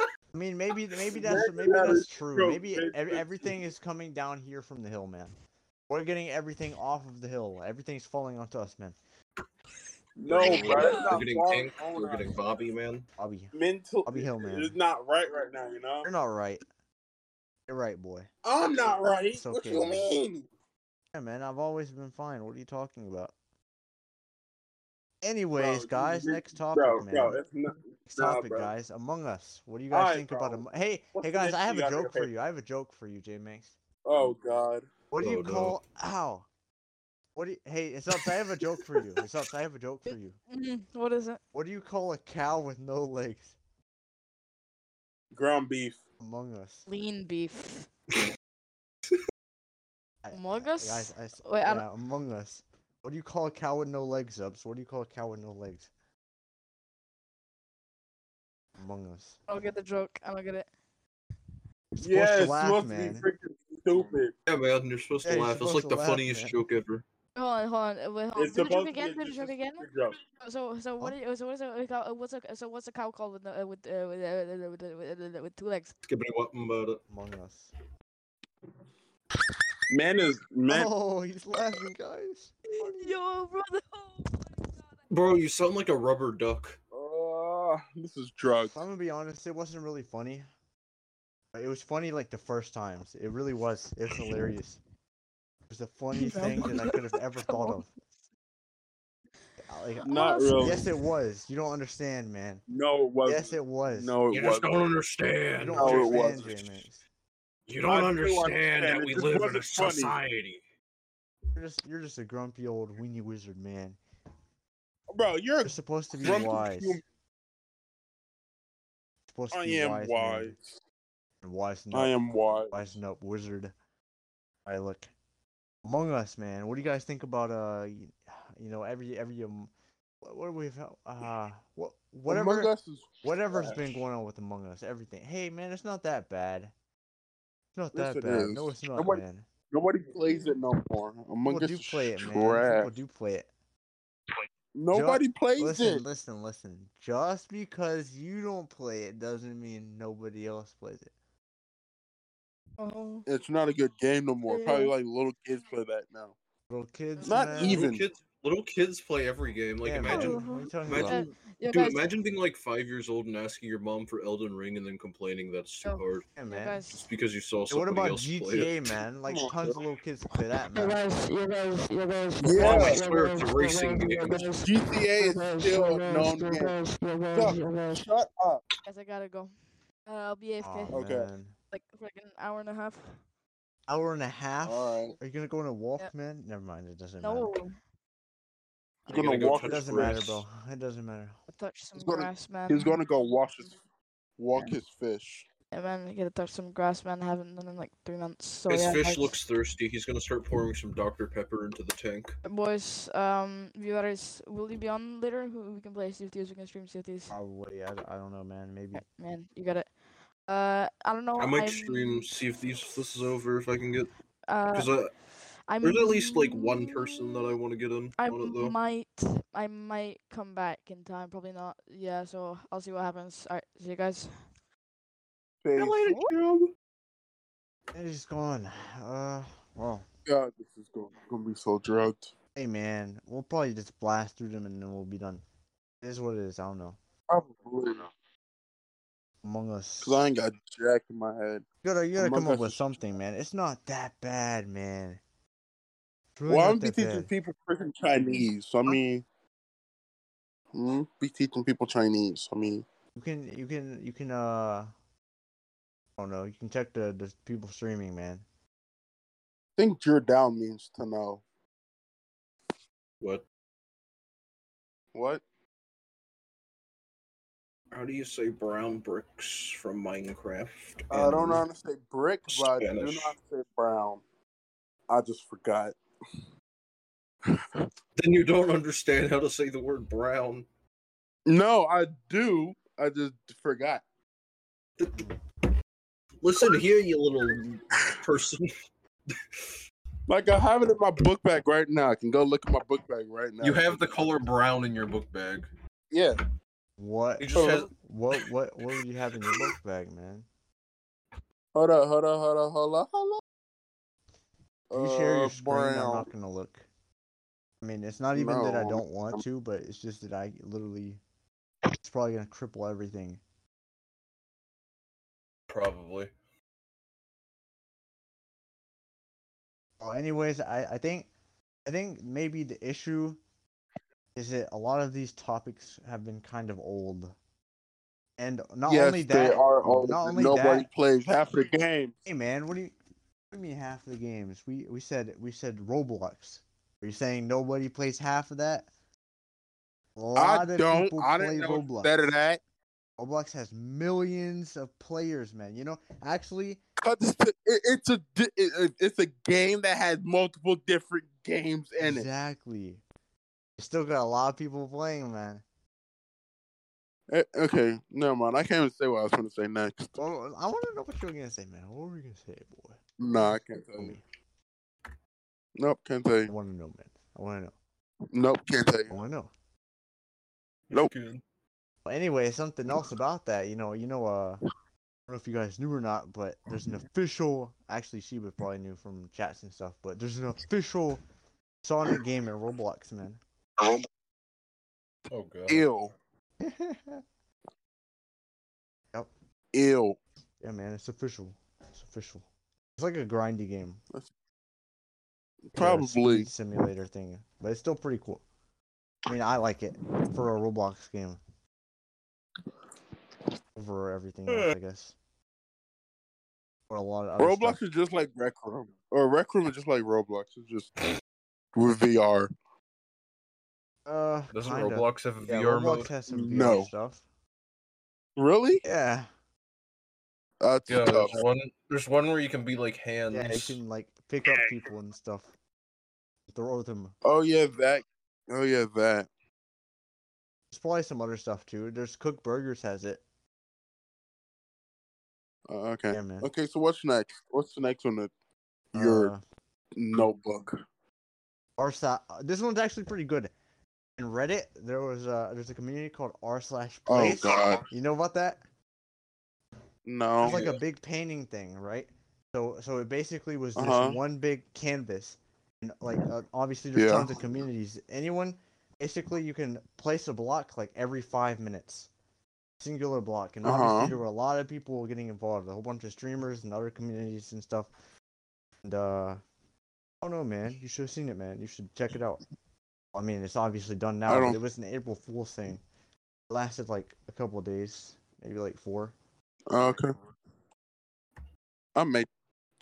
I mean, maybe maybe that's That- maybe that that's is true. true. Maybe That- ev- that- everything is coming down here from the hill, man. We're getting everything off of the hill. Everything's falling onto us, man. No, bro. we're getting- It's we're not getting wrong. Hank, Hold we're on. getting Bobby, man. Bobby, mental. I'll be hell, man. It's not right right now, you know. you're not right. You're right, boy. I'm not right. It's What okay, you man. mean? Yeah, man, I've always been fine. What are you talking about? Anyways, you- guys, you- next topic, Bro, man. bro, it's not. next nah, topic, bro. guys. Among Us. What do you guys Alright, think about bro. Among? Hey, What's hey, the guys, next I have you a got there? joke for Okay. you. I have a joke for you, J Minx. Oh God. What do Oh, you no. call? Ow. What do you? Hey, it's up. I have a joke for you. It's up. I have a joke for you. Mhm, What is it? What do you call a cow with no legs? Ground beef. Among Us. Lean beef. I- Among I- Us? Guys, I s- Wait, I don't- yeah, Among Us. What do you call a cow with no legs, Ups? What do you call a cow with no legs? Among Us. I don't get the joke. I don't get it. supposed Yeah, to it's laugh, supposed to man. be freaking stupid. Yeah, man, you're supposed Yeah, to you're laugh. It's supposed like to the laugh, funniest man. joke ever. Hold on, hold on. uh, Wait, hold on. It's Do the joke supposed to again. be Do a the joke again. disrespectful joke. So, so what? Is, so what is a cow? uh, What's a so what's a cow called with no- uh, with, uh, with, uh, with, uh, with, uh, with two legs? Skibbity wop about it. Among Us. Man is man. Oh, he's laughing, guys. Yo, brother. Oh my God. Bro, you sound like a rubber duck. Oh. Uh, this is drugs. I'm gonna be honest, it wasn't really funny. Uh, It was funny like the first times. It really was. It was hilarious. It was the funniest thing that I could have ever thought of. I- Like, Not Honestly, really. yes, it was. You don't understand, man. No, it wasn't. Yes, it was. Oh, No, You it just wasn't. don't you understand. don't no, it understand, wasn't. J-Mix. You I don't do understand understand, that it we just live in a wasn't funny. society. You're just, you're just a grumpy old weenie wizard, man. Bro, you're. You're supposed to be Grumpy wise. human. Supposed to I be am wise, man. wise. Wise I enough. am wise. Wisen up, wizard. I look. Among Us, man. What do you guys think about uh, y- you know, every every um, what, what do we have? Uh, what whatever Among Us is whatever's been trash. going on with Among Us, everything. Hey, man, it's not that bad. It's not Yes, that it bad. No, is. it's not, Nobody- man. Nobody plays it no more. Among People Us do is play it, man. trash. People do play it. Nobody plays Listen, it. listen, listen. Just because you don't play it doesn't mean nobody else plays it. Oh. It's not a good game no more. Yeah. Probably like little kids play that now. Little kids, Not man. even. Little kids, little kids play every game. Like, Yeah, man. imagine, What are you talking about? imagine, Yo, dude, Uh, guys. imagine being like five years old and asking your mom for Elden Ring and then complaining that's too Oh. hard Yeah, Yo, man. guys. just because you saw Hey, what somebody about else play it. GTA, man? Like Come on, tons of bro. little kids play that, You man. guys, you guys, you guys. Yeah. Oh, I swear it's a racing game. GTA is still a known game. Shut up. Guys, I gotta go. Uh, I'll be AFK Aw, Okay. man. like for like an hour and a half. Hour and a half. All right. Are you gonna go on a walk, Yep. man? Never mind. It doesn't No, matter. He's You gonna gotta go walk It touch his doesn't matter, fish. bro. It doesn't matter. touch some gonna- grass, man. He's gonna go wash his walk his fish. And man, gotta touch some grass, man. Haven't done in like three months. So His Oh, yeah, fish guys. looks thirsty. He's gonna start pouring some Dr. Pepper into the tank. Boys, um, viewers, will you be on later? Who we can play CFTs? We can stream CFTs. Probably. I, I don't know, man. Maybe. Alright, man, you got it. Uh, I don't know. I might I'm- stream, see if these this is over, if I can get. Uh, Because I'm, there's at least like one person that I want to get in I on it though. might, I might come back in time. Probably not. Yeah, so I'll see what happens. All right, see you guys. Peace. It is gone. Uh, well, God, this is going, going to be so drugged. hey, man. We'll probably just blast through them and then we'll be done. It is what it is. I don't know. Probably. Among Us. Because I ain't got jack in my head. You gotta, you gotta Among come up Us with is- something, man. It's not that bad, man. It's really Well, not I'm be that teaching bad. people freaking Chinese. So, I mean, hmm, be teaching people Chinese. I mean, You can, you can, you can, uh, I don't know. You can check the, the people streaming, man. I think you're down means to know. What? What? How do you say brown bricks from Minecraft? I don't in know how to say brick, but I do know Spanish. how to say brown. I just forgot. Then you don't understand how to say the word brown. No, I do. I just forgot. Listen here, you little person. Like I have it in my book bag right now. I can go look at my book bag right now. You have the color brown in your book bag. Yeah. What, He just has what, what, what would you have in your book bag, man? Hold up, hold up, hold up, hold up, hold If up. you share Uh, your screen, I'm brown. not gonna look. I mean, it's not even that I No, don't want I'm- to, but it's just that I literally, it's probably gonna cripple everything. Probably. Well, Oh, anyways, I, I think, I think maybe the issue is that a lot of these topics have been kind of old, and not yes, only they that, are old. not and only Nobody that- plays half the game. hey man, what do you, what do you mean half the games? We we said we said Roblox. Are you saying nobody plays half of that? A I lot of don't. people I play didn't know Roblox. better than that. Roblox has millions of players, man. You know, actually, 'Cause it's a, it, it's a di- it- it- it's a game that has multiple different games in it. exactly. You still got a lot of people playing, man. Eh, Okay, never mind. I can't even say what I was going to say next. Well, I want to know what you were gonna say, man. What were you gonna say, boy? Nah, I can't tell Tell you. me. Nope, can't tell I you. want to know, man. I want to know. Nope, can't tell I you. want to know. Nope. Well, anyway, something else about that, you know, you know, uh, I don't know if you guys knew or not, but there's an official. Actually, she would probably knew from chats and stuff, but there's an official Sonic game in Roblox, man. Oh god. Ew, yeah, ew. man, it's official. It's official. It's like a grindy game. the Probably. speed simulator thing, but it's still pretty cool. I mean, I like it for a Roblox game over everything else, I guess. Or a lot of other Roblox stuff. is just like Rec Room, or Rec Room is just like Roblox. It's just with VR. Uh, Doesn't kinda. Roblox have a yeah, VR Roblox mode? has some VR No. stuff. Really? Yeah, That's Yeah, tough. there's one. There's one where you can be like hands. yeah, you can like pick up people and stuff, throw them. Oh yeah, that. Oh yeah, that. There's probably some other stuff too. There's Cook Burgers has it. Uh, okay. Yeah, man. Okay. So what's next? What's the next on the your Uh, notebook? r slash. This one's actually pretty good. In Reddit, there was uh, there's a community called r slash Oh place. God, You know about that? no. It's like a big painting thing, right? So so it basically was just Uh-huh. one big canvas, and like uh, obviously there's Yeah. tons of communities. Anyone, basically you can place a block like every five minutes, singular block, and obviously Uh-huh. there were a lot of people getting involved, a whole bunch of streamers and other communities and stuff. And uh, I don't know, man. You should have seen it, man. You should check it out. I mean, it's obviously done now. But don't- it was an April Fool's thing. It lasted like a couple of days, maybe like four. Okay. I may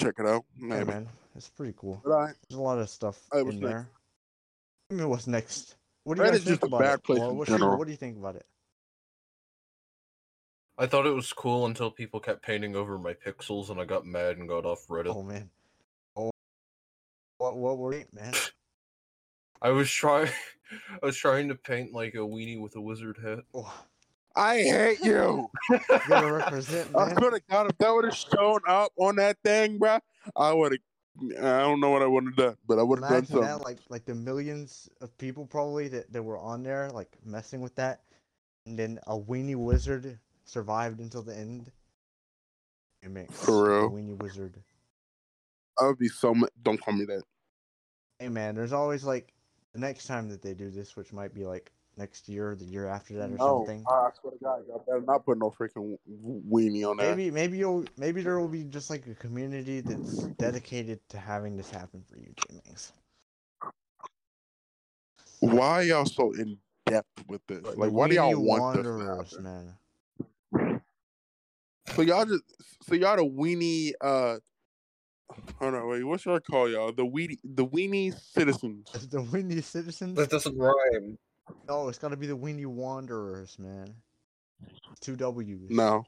check it out. Yeah, Maybe. man, it's pretty cool. But I, There's a lot of stuff Hey, what's in Oh, next? there. I mean, what's next? What do you Reddit's guys just think a about bad it? place Well, in what, should- general. what do you think about it? I thought it was cool until people kept painting over my pixels, and I got mad and got off Reddit. Oh man. Oh. What what were you, man? I was trying, I was trying to paint like a weenie with a wizard hat. Oh, I hate you. you gotta represent, I man. could have got if that would have shown up on that thing, bruh. I would have. I don't know what I would have done, but I would have done Imagine that, something. like like the millions of people probably that, that were on there, like messing with that, and then a weenie wizard survived until the end. It makes For real. weenie wizard. I would be so. Mu- don't call me that. Hey man, there's always like the next time that they do this, which might be like next year, or the year after that, or something. Oh, I I swear to God, y'all better not put no freaking weenie on that. Maybe maybe you'll maybe there will be just like a community that's dedicated to having this happen for you, James. Why are y'all so in depth with this? Like, why do y'all want this? to happen? wanderers, man? So y'all just so y'all the weenie uh hold on wait, what should I call y'all? The weenie the weenie citizens. The Windy Citizens? That doesn't rhyme. No, it's gotta be the Windy Wanderers, man. Two W's. No.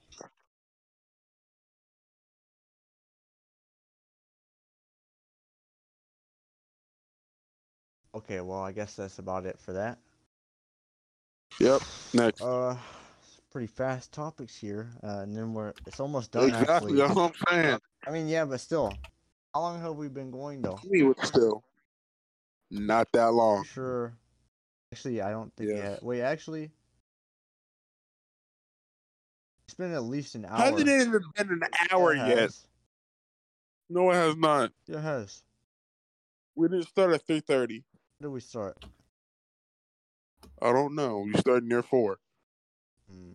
Okay, well I guess that's about it for that. Yep. Next. Uh it's pretty fast topics here. Uh and then we're it's almost done Exactly. actually. That's what I'm saying. I mean yeah, but still. How long have we been going though? Me with still. Not that long. Sure. Actually, I don't think. Yes. Yeah. Wait, actually, it's been at least an hour. Hasn't it even been an hour Yeah, yet? has. No it has not. Yeah, has. We didn't start at three thirty. When did we start? I don't know. We started near four. Hmm.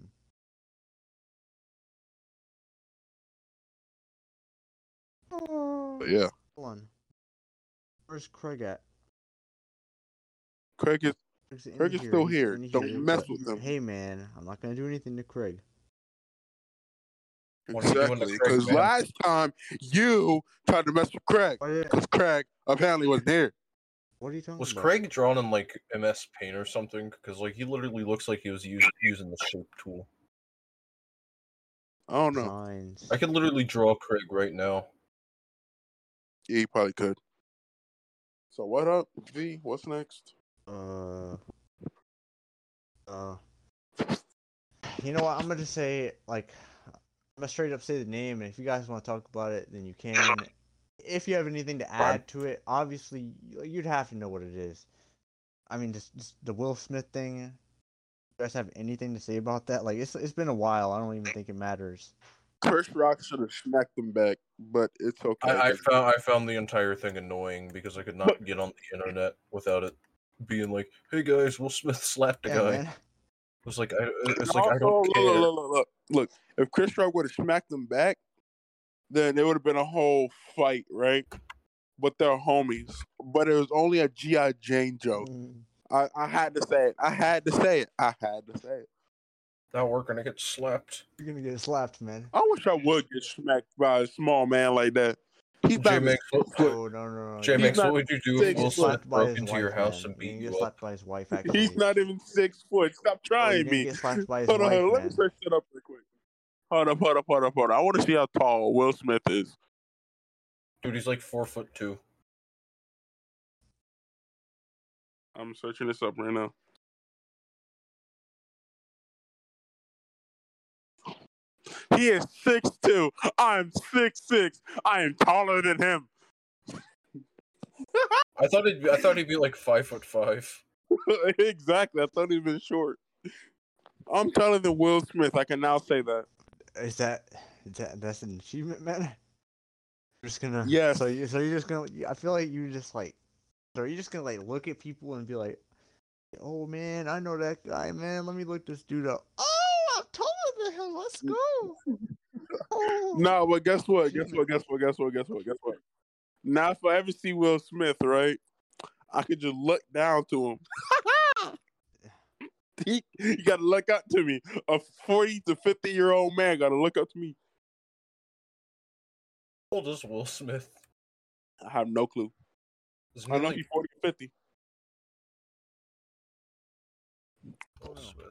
But yeah. Hold on. Where's Craig at? Craig is Craig's, in Craig is still he's here. in Don't mess but- with him. Hey man, I'm not gonna do anything to Craig. What are you doing to exactly Craig, because man? last time you tried to mess with Craig What are, because Craig apparently was there. what are you talking Was about? Craig drawn in like MS Paint or something? Because like he literally looks like he was us- using the shape tool. I don't know. Signs. I could literally draw Craig right now. Yeah, you probably could. So what up, V? What's next? Uh, uh, you know what? I'm gonna say like I'm gonna straight up say the name, and if you guys want to talk about it, then you can. If you have anything to add to it, obviously y- you'd have to know what it is. I mean, just, just the Will Smith thing. You guys have anything to say about that? Like it's it's been a while. I don't even think it matters. Chris Rock should have smacked him back, but it's okay. I, I found I found the entire thing annoying because I could not get on the internet without it being like, "Hey guys, Will Smith slapped a Yeah, guy." man. It was like, I, And it's like I also, don't look, care. Look, look, look, look. Look, if Chris Rock would have smacked him back, then it would have been a whole fight, right? But they're homies. But it was only a GI Jane joke. Mm, I, I had to say it. I had to say it. I had to say it. Not working, I get slapped. You're gonna get slapped, man. I wish I would get smacked by a small man like that. He's not J-Max, what, what, Oh no no no! J Max, not what would you do big. if You get He's Will Smith slapped by broke his into wife, your house man. and You beat get you up? slapped by his wife. Actually, He's not even six foot. Stop Oh, you're trying gonna me. Get slapped by his Hold on, wife, hold on. let me man. search that up real quick. Hold up, hold up, hold up, hold up. I want to see how tall Will Smith is. Dude, he's like four foot two. I'm searching this up right now. He is six two. I'm six six. I am taller than him. I thought it. I thought he'd be like five foot five. exactly. I thought he was short. I'm taller than Will Smith. I can now say that. Is that, is that that's an achievement, man? You're just gonna Yes. So you so you're just gonna. I feel like you just like. So are you just gonna like look at people and be like, "Oh man, I know that guy, man. Let me look this dude up." Oh, I'm taller than him. Let's go. Oh. No, but guess what? Guess what? Guess what? Guess what? Guess what? Guess what? Now, if I ever see Will Smith, right, I could just look down to him. he, he got to look up to me. A forty to fifty year old man got to look up to me. How old is Will Smith? I have no clue. Is I he know like he's forty or fifty. Will Smith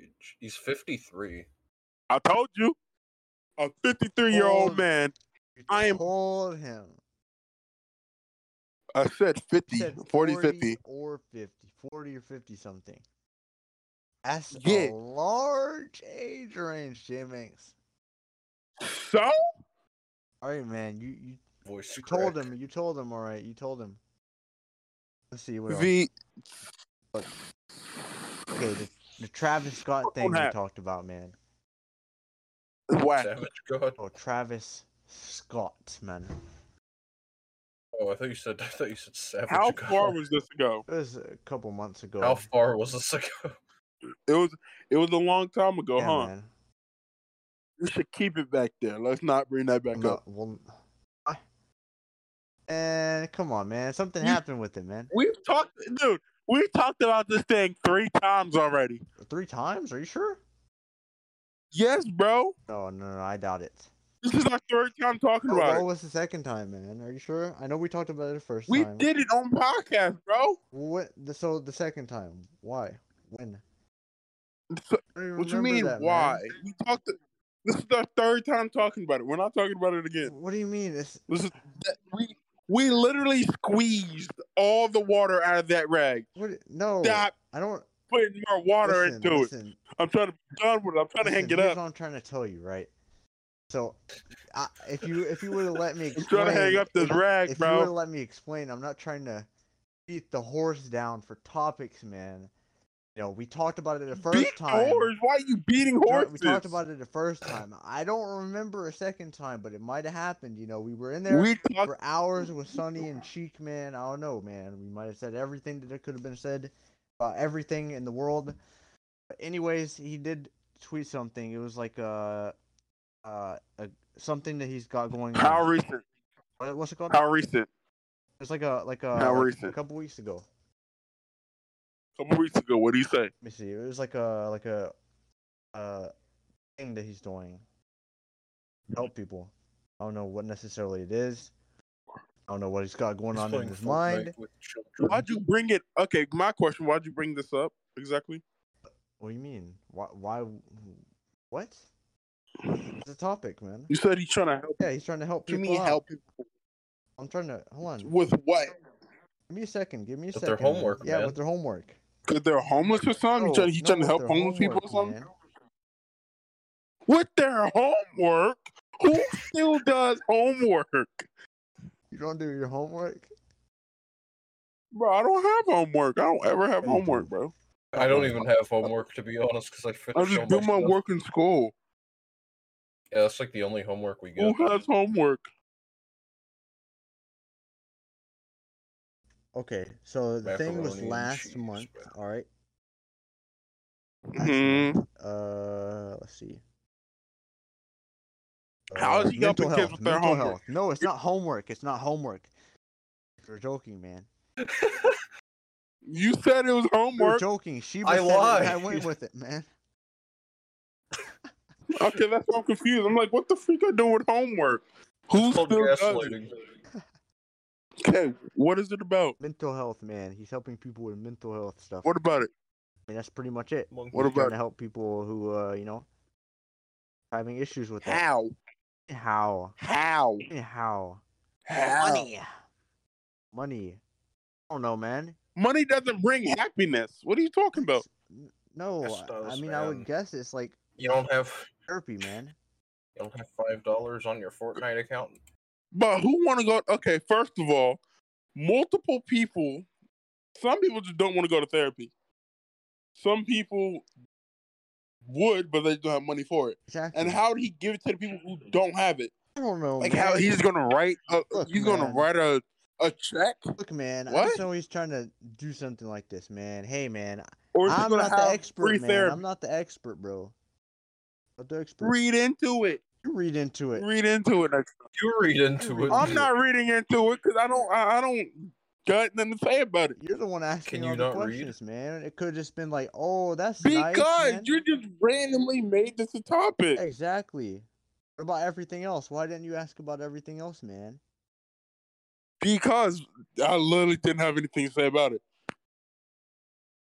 age? He's fifty three. I told you. A 53 year Oh. old man. You I am- told him. I said 50, Said 40, 50. or 50, 40 or 50 something. That's a Yeah. large age range, Jimmings. So? All right, man. You you, Voice you told crack. him. You told him. All right. You told him. Let's see what else. The Okay, the, the Travis Scott thing we hat. talked about, man. whack. Savage God. Oh, Travis Scott, man. Oh, I thought you said. I thought you said Savage How God. far was this ago? It was a couple months ago. How far was this ago? It was it was a long time ago, Yeah, huh? man. We should keep it back there. Let's not bring that back No, up. well, I- and come on, man. Something You- happened with it, man. We've talked dude, we've talked about this thing three times already. Three times? Are you sure? Yes, bro. No, no, no. I doubt it. This is our third time talking Oh, about what it. was the second time, man? Are you sure? I know we talked about it the first We time. did it on podcast, bro. What? The, so the second time? Why? When? So- I don't even what you remember mean that, man. why? We talked this is our third time talking about it. We're not talking about it again. What do you mean? It's This is that we we literally squeezed all the water out of that rag. what? No, Stop I don't. putting more water Oh. listen, into it. listen, I'm trying to be done with it. I'm trying to hang Listen, it here's up. what I'm trying to tell you, right? So, I, if you if you would have let me I'm explain, trying to hang up this if, rag, if you would have bro. let me explain, I'm not trying to beat the horse down for topics, man. You know, we talked about it the first Beat time. horse. Why are you beating We talked- horses? We talked about it the first time. I don't remember a second time, but it might have happened. You know, we were in there We talked. for hours with Sonny and Cheek, man. I don't know, man. We might have said everything that could have been said about everything in the world. But anyways, he did tweet something. It was like uh, uh, a, something that he's got going How on. recent? What- What's it called? How recent? It's like a like a How like a recent? couple weeks ago. A couple weeks ago. What do you say? Let me see. It was like a like a uh thing that he's doing. Help people. I don't know what necessarily it is. I don't know what he's got going He's on in playing his Fortnite mind. with children. Why'd you bring it? Okay, my question. Why'd you bring this up exactly? What do you mean? Why? Why? What? It's a topic, man. You said he's trying to help. Yeah, he's trying to help people. out. people I'm trying to. Hold on. with what? Give me a second. Give me a With second. their man. homework, Yeah, man. with their homework. Because they're homeless or something. No, he's trying, he's no, trying to with help their homeless people or homework, something. man. With their homework. Who still does homework? You don't do your homework. Bro, I don't have homework. I don't ever have Yeah, you homework, do. bro. I don't even have homework to be honest, because I I finished all just my, do my stuff. work in school. Yeah, that's like the only homework we get. Who has homework? Okay, so the thing was Macaroni and last cheese, month. man. All right. Last hmm month. Uh, let's see. Uh, How is he mental helping kids health, with their mental homework? health. No, it's not homework. It's not homework. You're joking, man. You said it was You're homework. joking. She I I lied. went with it, man. Okay, that's why I'm confused. I'm like, what the freak are doing with homework? Who It's still called does it? gaslighting. Okay, what is it about? Mental health, man. He's helping people with mental health stuff. What about it? I mean, that's pretty much it. Among What He's trying about- to help people who, uh, you know, having issues with that. How? How? How? How? How? Money. Money. I don't know, man. Money doesn't bring happiness. What are you talking about? It's- n- No, Yes, I- I does, mean, I would man. guess it's like You don't have therapy, man. you don't have five dollars on your Fortnite account. But who want to go? Okay, first of all, multiple people. Some people just don't want to go to therapy. Some people would, but they don't have money for it. Exactly. And how would he give it to the people who don't have it? I don't know. Like man. how he's gonna write? A, Look, he's gonna man. write a a check, Look, man. I What? just know he's trying to do something like this, man. Hey, man. or is he I'm gonna not have the free expert, man. therapy? I'm not the expert, bro. Not the expert. Read into it. You read into it. Read into it. next time. You read into it. I'm not reading into it because I don't. I, I don't got nothing to say about it You're the one asking Can you all the not read? questions, man. It could have just been like, "Oh, that's nice, because man." you just randomly made this a topic. exactly. What about everything else? Why didn't you ask about everything else, man? Because I literally didn't have anything to say about it.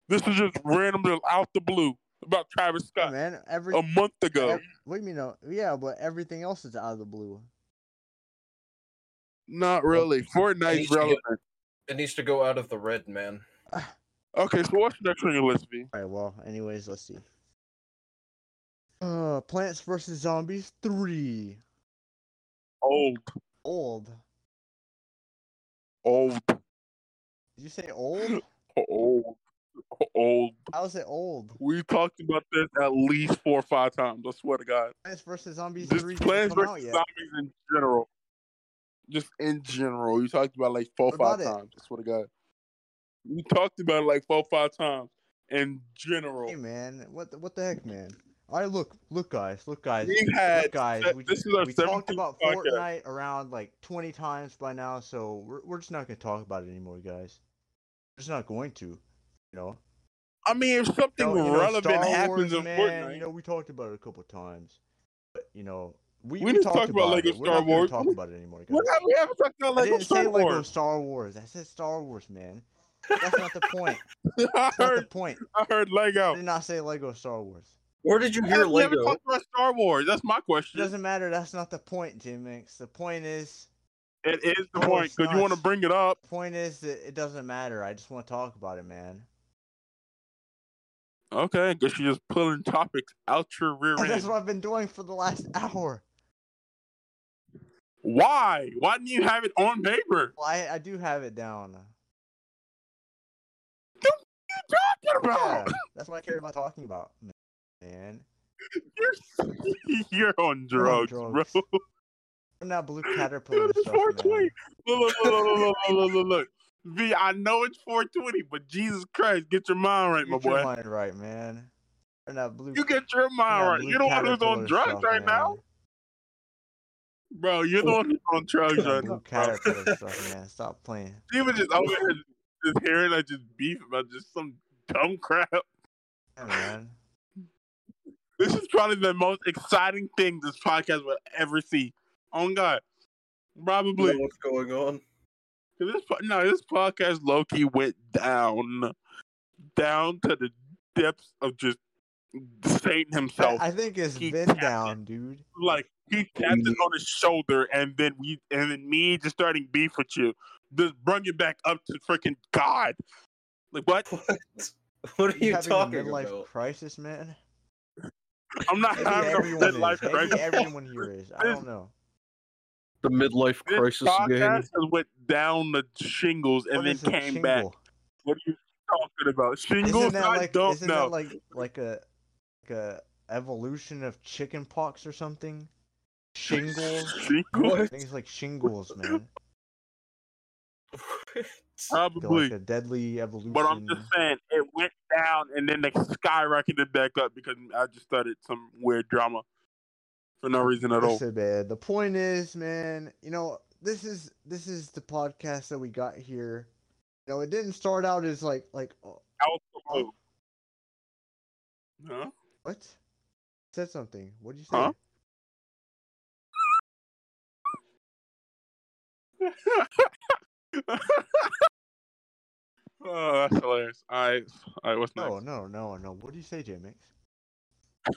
This is just random just out the blue. about Travis Scott man, every a month ago. ev- what do you mean? No, yeah, but everything else is out of the blue. Not really. Fortnite's He's- relevant. It needs to go out of the red, man. Okay, so what's next on your list, V? All right. Well, anyways, let's see. Uh, Plants vs Zombies three. Old, Old. Did old, you say old? old, old. I was say old. We talked about this at least four or five times. I swear to God. Plants vs Zombies Just three didn't Plants come out vs yet. Zombies in general. Just in general, you talked about it like four or What five about it? times. I swear to God. We talked about it like four or five times in general. Hey man, what the, what the heck, man? All right, look, look, guys, look, guys, We've had look, guys. se- We, this is our we talked 17th about podcast. Fortnite around like 20 times by now, so we're we're just not gonna talk about it anymore, guys. We're just not going to, you know. I mean, if You something know, you know, relevant Star happens Wars, in man, Fortnite, You know, we talked about it a couple times, but you know, we, We we didn't talked talk about about Lego it. We're Star not gonna Wars. talk We- about it anymore, guys. we haven't, we haven't talked about I Lego didn't Star say Lego Wars. Star Wars. I said Star Wars, man. That's not the point. I That's not the heard, point. I heard I Lego. did not say Lego Star Wars. Where did you We hear have never Lego? talked about Star Wars. That's my It question. doesn't matter. That's not the point, Jim Minx. The point is, It is the No, point it's because you not. want to bring it up. the point is that it doesn't matter. I just want to talk about it, man. Okay, because you're just pulling topics out your rear And end. that's what I've been doing for the last hour. Why? Why didn't you have it on paper? Well, I, I do have it down. What you talking Yeah, about? that's what I care about talking about, man. You're, you're I'm on on drugs, drugs. bro. I'm not blue caterpillar Dude, it's stuff, man. 420. Look, look, look, look, look, look, look, look. V, I know it's 420, but Jesus Christ, get your mind right, my Get your boy. mind right, man. I'm not blue. You get your mind right. You're the one who's on drugs right now, bro. You're the one who's on drugs right blue now, bro. caterpillar stuff, man. Stop playing. Steven just over here just hearing like just beef about just some dumb crap. Yeah, man. This is probably the most exciting thing this podcast will ever see. On God, You know probably. what's going on? 'Cause This po- no, this podcast low key went down, down to the depths of just Satan I, himself. I Mm. think it's He been tapped down, dude. like he tapped it on his shoulder, and then we, and then me just starting beef with you, just bring it back up to freaking God. Like what? What? What are you having a talking midlife about? crisis, man? I'm not Maybe having a everyone good is. life Maybe crisis. everyone here is. I don't know. The midlife This crisis podcast gang. has went down the shingles and What then is a came shingle? back. What are you talking about? Isn't Shingles? that I like? don't Isn't know. that like like a like a evolution of chicken pox or something? Shingles. I Shingles? What? think it's like shingles, man. They're Probably. like a deadly evolution. But I'm just saying, it went down and then they skyrocketed back up because I just started some weird drama for no reason at all. Listen, man. The point is, man. You know, this is this is the podcast that we got here. You know, it didn't start out as like like oh, Out the blue. Huh? what? Said something. What did you say? Huh? oh, that's hilarious. All right. All right, what's next? No, no, no, no. What do you say, J-Mix? I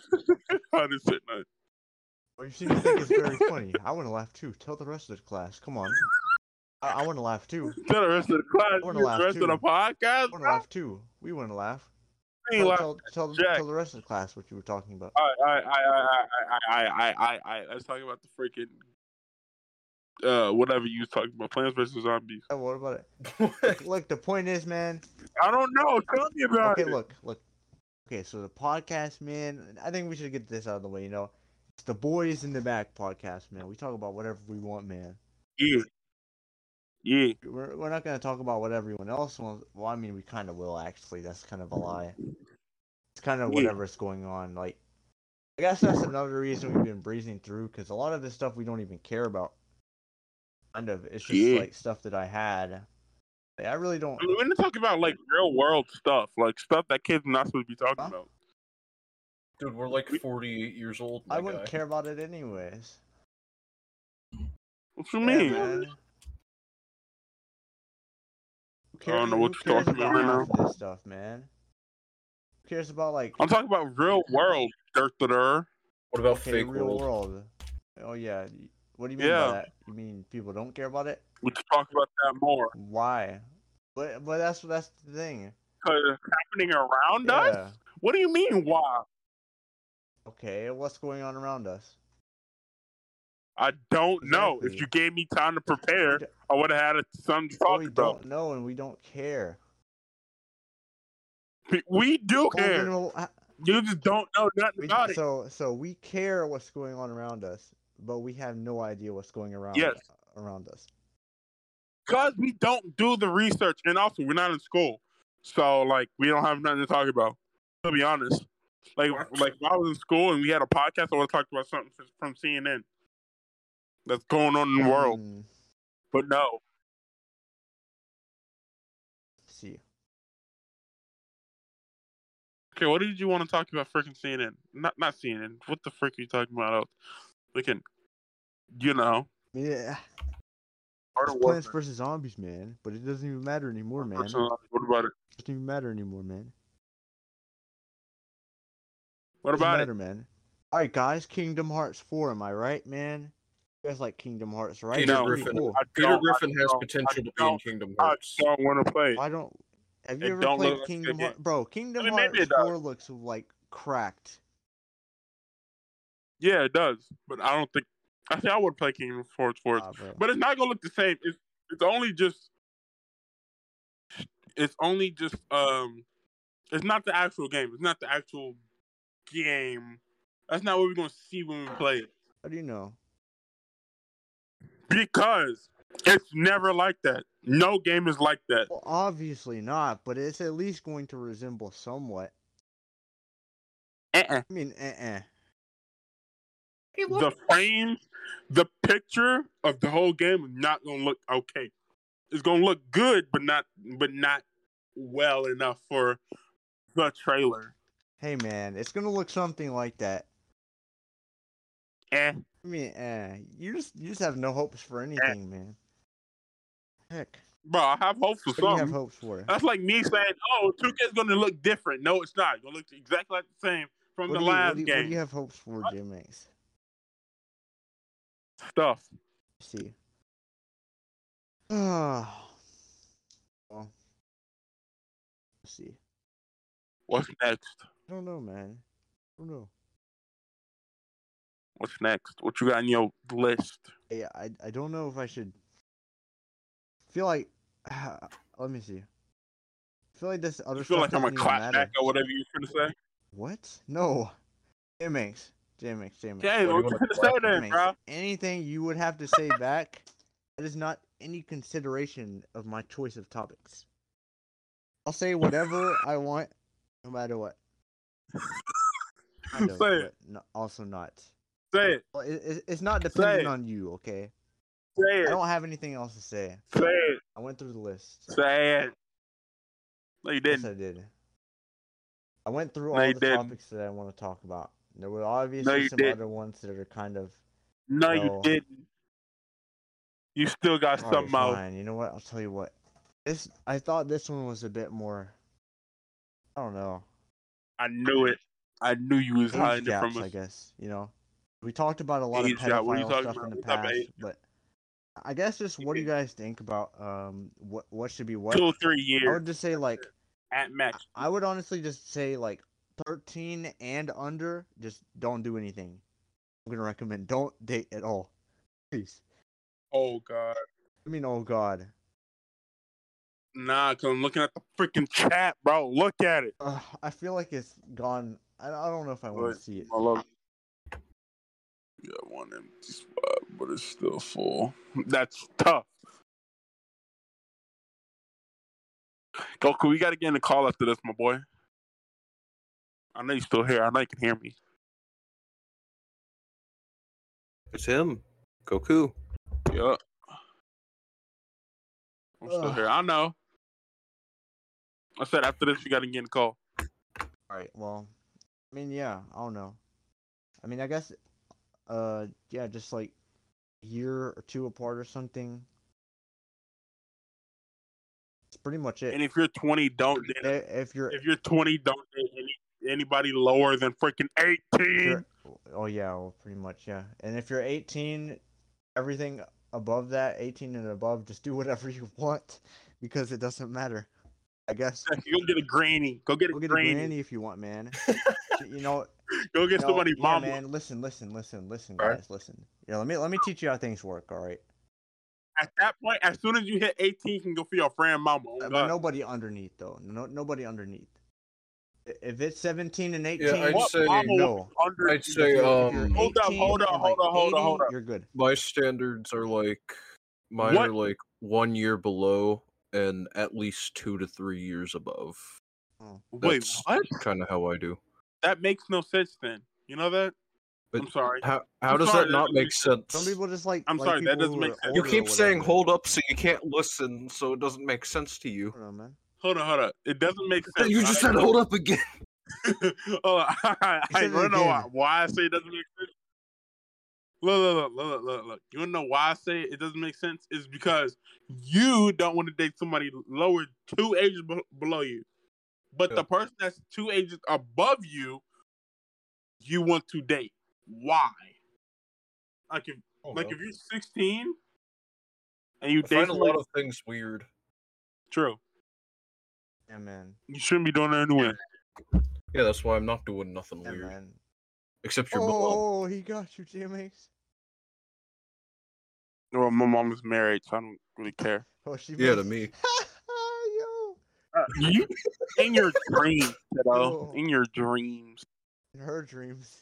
didn't say nothing. Well, Oh, you seem to think it's very funny. I want to laugh too. Tell the rest of the class. Come on. I, I want to laugh too. Tell the rest of the class, I wanna the laugh rest too. of the I podcast. want to laugh too. We want to laugh. I ain't Tell, laugh- tell, tell, the- Jack. tell the rest of the class what you were talking about. All right, all right, all right, all right, all right, all right, all right, all right. Let's talk about the freaking uh whatever you was talking about, Plants vs Zombies. Oh, what about it? What? Look, the point is, man. I don't know. Tell me about Okay, it. look, look. Okay, so the podcast, man. I think we should get this out of the way. You know, it's the boys in the back podcast, man. We talk about whatever we want, man. Yeah, yeah. We're, we're not gonna talk about what everyone else wants. Well, I mean, we kind of will actually. That's kind of a lie. It's kind of Yeah. whatever's going on. Like, I guess that's another reason we've been breezing through because a lot of this stuff we don't even care about. Kind of, it's just Yeah. like stuff that I had. Like, I really don't. I mean, we're gonna talk about like real world stuff, like stuff that kids not supposed to be talking Huh? about. Dude, we're like 48 years old. My I wouldn't guy. care about it anyways. What you Yeah, mean? man. Who I don't cares- know what who you're cares talking about about right half of This stuff, man. Who cares about like I'm talking about real world dirt to dirt. What about okay, fake real world? world. Oh yeah. What do you mean Yeah. by that? You mean people don't care about it? We could talk about that more. Why? But but that's that's the thing. Cause it's happening around us. Yeah. What do you mean? Why? Okay, what's going on around us? I don't know. If Exactly. you gave me time to prepare, d- I would have had something to But talk we about. don't know and we don't care. We- We do Well, we care. know- I- You just don't know nothing we- about it. so so we care what's going on around us, but we have no idea what's going around uh, Yes. around us. Because we don't do the research. And also, we're not in school. So, like, we don't have nothing to talk about, to be honest. Like, like if I was in school and we had a podcast, I would have talked about something f- from CNN that's going on in the world. Hmm, But no. see. Okay, what did you want to talk about freaking CNN? Not not CNN. What the frick are you talking about else? We can, you know, Yeah. Art It's of Plants Warfare. vs Zombies, man. But it doesn't even matter anymore, man. It Personalized. What about it? doesn't even matter anymore, man. What Doesn't about it? matter, man. All right, guys. Kingdom Hearts 4. Am I right, man? You guys like Kingdom Hearts, right? Peter It's No. pretty Griffin. Cool. I Peter don't- I Griffin has don't- I potential to be in don't- Kingdom I Hearts. don't want to play. it. Why don't? Have you It ever don't played look like a good Kingdom game. Hearts? Bro, Kingdom mean, maybe Hearts it does. 4 looks like cracked. Yeah, it does. But I don't think. I think I would play Kingdom Hearts 4. Nah, uh, bro. But it's not gonna look the same. It's it's only just. It's only just um, it's not the actual game. It's not the actual game. That's not what we're gonna see when we play it How do you know? because it's never like that. No game is like that. Well, obviously not, but it's at least going to resemble somewhat. Uh-uh. I mean, eh, eh. The frame, the picture of the whole game is not gonna look okay. It's gonna look good, but not but not well enough for the trailer. Hey, man, it's gonna look something like that. Eh. I mean, eh. You just you just have no hopes for anything, man. Heck, Bro, I have hope for what do you have something. hopes for? That's like me saying, "Oh, 2K is gonna look different." No, it's not. It's gonna look exactly like the same from What the do, you, last what, do you, what do game you have hopes for, J-Max? stuff. see. Ah, well, let's see. What's next? I don't know, man. I don't know. What's next? What you got on your list? Yeah, I, I don't know if I should. Feel like, let me see. feel like this other You feel stuff like I'm gonna doesn't even clap matter. back or whatever you're gonna say? What? No. J-Max. J-Max. J-Max. Yeah, what What do you you gonna say wanna then, J-Max. bro? Anything you would have to say back, that is not any consideration of my choice of topics. I'll say whatever I want, no matter what. Kind of, Say it. but no, also not. Say it. Well, it, it, it's not dependent it. on you, okay? Say I it. don't have anything else to say. Say it. I went through the list. Say it. No, you Yes, didn't. I did. I went through No, all you the didn't. topics that I want to talk about. There were obviously you some didn't. other ones that are kind of. No, you No. didn't. You still got All right, something out. fine. You know what? I'll tell you what. This I thought this one was a bit more. I don't know. I knew it. I knew you was Age hiding it gaps, from I us. guess. You know, we talked about a lot Age of gap, what are you pedophile talking stuff about? in the What type of past, age but I guess just what do you guys think about um what what should be what? Two or three I years would just say like at max. I would honestly just say like 13 and under, just don't do anything. I'm gonna recommend don't date at all. Please. Oh god. I mean, oh god. Nah, cause I'm looking at the freaking chat, bro. Look at it. Ugh, I feel like it's gone. I, I don't know if I want What? to see it. I love it. Yeah, one empty spot, but it's still full. That's tough. Goku, we gotta get in the call after this, my boy. I know you're still here. I know you can hear me. It's him, Goku. Yup. I'm still Ugh. here. I know. I said after this, you gotta get in the call. All right. Well, I mean, yeah. I don't know. I mean, I guess, uh, yeah, just like a year or two apart or something. It's pretty much it. And if you're 20, don't date. Eh, if you're If you're 20, don't date any anybody lower than freaking 18. You're- oh yeah, well, pretty much yeah. And if you're 18, everything above that, 18 and above, just do whatever you want because it doesn't matter. I guess. Go get a granny. Go get a Go get granny. a granny if you want, man. you know, Go get no, somebody, yeah, mama. man. Listen, listen, listen, listen, Alright. guys, listen. Yeah, let me let me teach you how things work. All right. At that point, as soon as you hit 18, you can go for your friend, mama. Oh, Uh, but God. nobody underneath though. No, nobody underneath. I- If it's 17 and 18, I'd What say- mama no. was under? I'd If say, you're- if um, you're Hold up, 18 hold up, and, hold like, up, hold up, hold 80, up. You're good. my standards are like mine What? are like one year below and at least two to three years above. Wait, That's what? kind of how I do. That makes no sense. Then you know that. But- I'm sorry. How how I'm does sorry, that that not doesn't make make Some sense? people just like. I'm like sorry, that people doesn't who make are sense. You older or keep saying whatever. hold up so you can't listen, so it doesn't make sense to you. Hold on, man. Hold on, hold on. It doesn't make sense. You just said hold up again. oh, I, He said it don't know why, again. why I say it doesn't make sense. Look, look, look, look, look, look. You wanna know why I say it doesn't make sense? It's because you don't want to date somebody lower two ages be- below you, but Yeah. the person that's two ages above you, you want to date. Why? Like if like if you're 16 and you Oh, I date find a somebody, lot of things weird. true, Yeah, man. you shouldn't be doing that anyway. Yeah, that's why I'm not doing nothing Yeah, weird man. except your mom. Oh, he got you, GMAs. Well, my mom is married, so I don't really care. Oh, she Yeah, to must- me. Yo. you in your dreams, kiddo. Yo. In your dreams. In her dreams.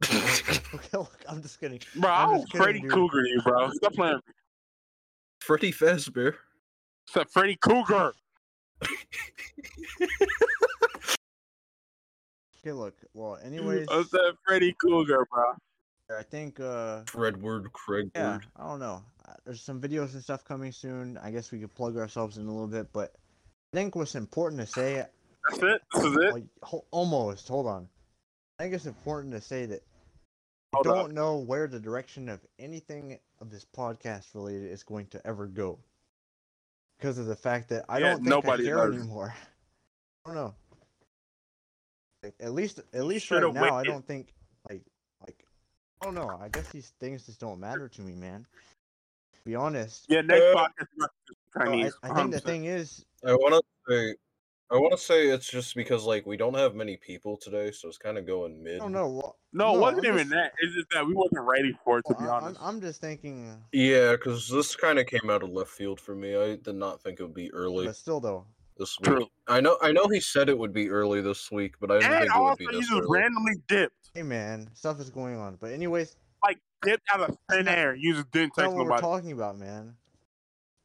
Okay, look, I'm just kidding. Bro, I'm I'll just kidding, Freddy dude. Cougar you, bro. Stop playing. Freddy Fazbear. Except Freddy Cougar. Okay, look. Well, uh, anyways, Except Oh, Freddy Cougar, bro. I think uh, Fredward, Craigward. yeah, I don't know. Uh, There's some videos and stuff coming soon. I guess we could plug ourselves in a little bit, but I think what's important to say That's it. This is it. like ho- almost hold on i think it's important to say that i Hold don't up. know where the direction of anything of this podcast related is going to ever go because of the fact that i Yeah, don't think nobody i care knows. anymore i don't know like, at least at least shoulda right now i waited. don't think like like i don't know i guess these things just don't matter to me man to be honest Yeah, next Uh, podcast is about so I, Chinese. I think the 100%. thing is I want to say, I want to say it's just because like we don't have many people today, so it's kind of going i mid. don't know well, No, it no, wasn't I'm even just- that. It's just that we wasn't ready for it, to well, be I- I'm, honest. I'm just thinking Yeah, because this kind of came out of left field for me. I did not think it would be early but still though this week. True. I know, I know he said it would be early this week, but I didn't And think it would also, be you this just early. randomly dipped. Hey man, stuff is going on. But anyways, Like, dipped out of thin air. You just didn't that's text not what we're nobody. talking about, man. That's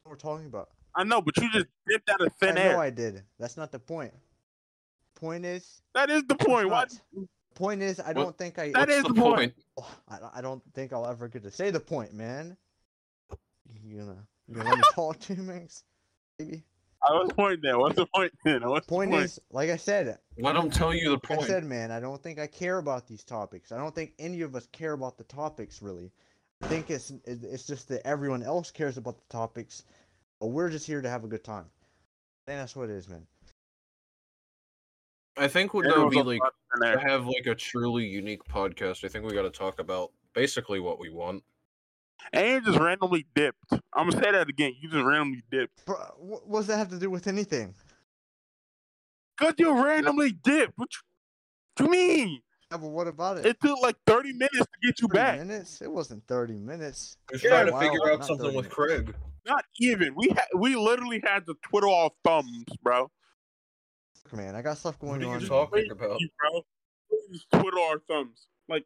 What we're talking about. I know, but you just dipped out of thin I air. know I did. That's not the point. Point is, That is the point. it's Why? not. Point is, I don't think I. oh, That What's is the the point. point? I, don't- I don't think I'll ever get to say the point, man. You gonna you gonna let me talk to Minx? Maybe. I was pointing there. What's the point then? What's Point the point? is, like I said, Let him tell you the like I point. said, man, I don't think I care about these topics. I don't think any of us care about the topics really. I think it's it- it's just that everyone else cares about the topics, but we're just here to have a good time. And that's what it is, man. I think would It that was be a like lot in to there. have like a truly unique podcast? I think we got to talk about basically what we want. And you just randomly dipped. I'm gonna say that again. You just randomly dipped. Bro, what does that have to do with anything? Cause you randomly dipped. What you, what you mean? Yeah, but what about it? It took like 30 minutes to get 30 you back. minutes? It wasn't 30 minutes. We're Yeah, trying to wow, figure out not something 30 with minutes. Craig. Not even. We ha- we literally had to twiddle our thumbs, bro. Fuck, Man, I got stuff going What are on. man. you talking about? You, bro. We just twiddle our thumbs. Like,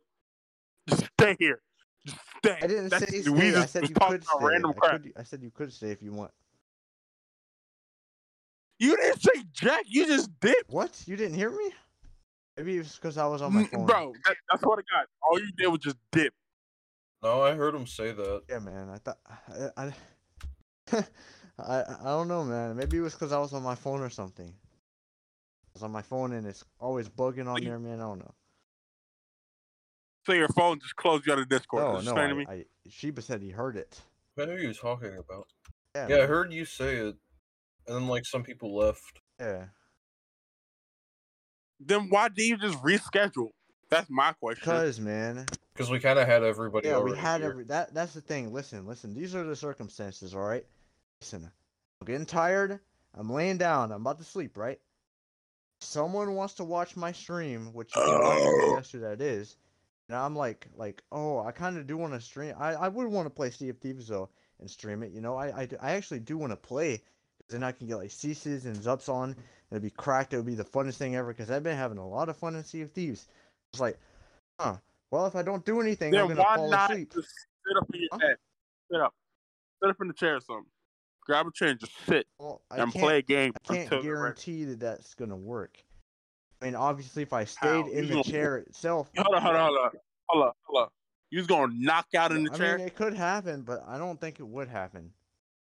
just stay here. Just stay. I didn't That's- say we stay. I just said was you talking could about stay. random I, crap. could, I said you could stay if you want. You didn't say Jack. You just dipped, What? You didn't hear me? Maybe it's because I was on my Mm, phone. bro. That, that's what I got. All you did was just dip. No, I heard him say that. Yeah, man. I thought I I, I I don't know, man. Maybe it was because I was on my phone or something. I was on my phone and it's always bugging on you- there, man. I don't know. So your phone just closed you out of Discord. Oh, No, Is no. that what I mean? I, I Sheba said he heard it. I know who you're talking about. Yeah. Yeah, I man, heard you say it, and then like some people left. yeah. then why do you just reschedule? That's my question. Cause man, because we kind of had everybody. yeah, we already had here. every that. That's the thing. Listen, listen. These are the circumstances, all right. Listen, I'm getting tired. I'm laying down. I'm about to sleep, right? Someone wants to watch my stream, which you can obviously Oh. guess who that is. And I'm like, like, oh, I kind of do want to stream. I, I would want to play Sea of Thieves though and stream it. You know, I, I, d- I actually do want to play. 'cause Then I can get like ceases and zups on. and It'd be cracked. It would be the funnest thing ever. Cause I've been having a lot of fun in Sea of Thieves. It's like, huh? Well, if I don't do anything, I'm Then gonna why fall not asleep. just sit up in your Huh? bed? Sit up. Sit up in the chair or something. Grab a chair and just sit Well, I and can't, play a game I can't until the rest. guarantee that that's gonna work. I mean, obviously, if I stayed in You the gonna- chair itself, Hold on, hold on, hold on. Hold on, hold on. You was gonna knock out in the I chair? mean, it could happen, but I don't think it would happen.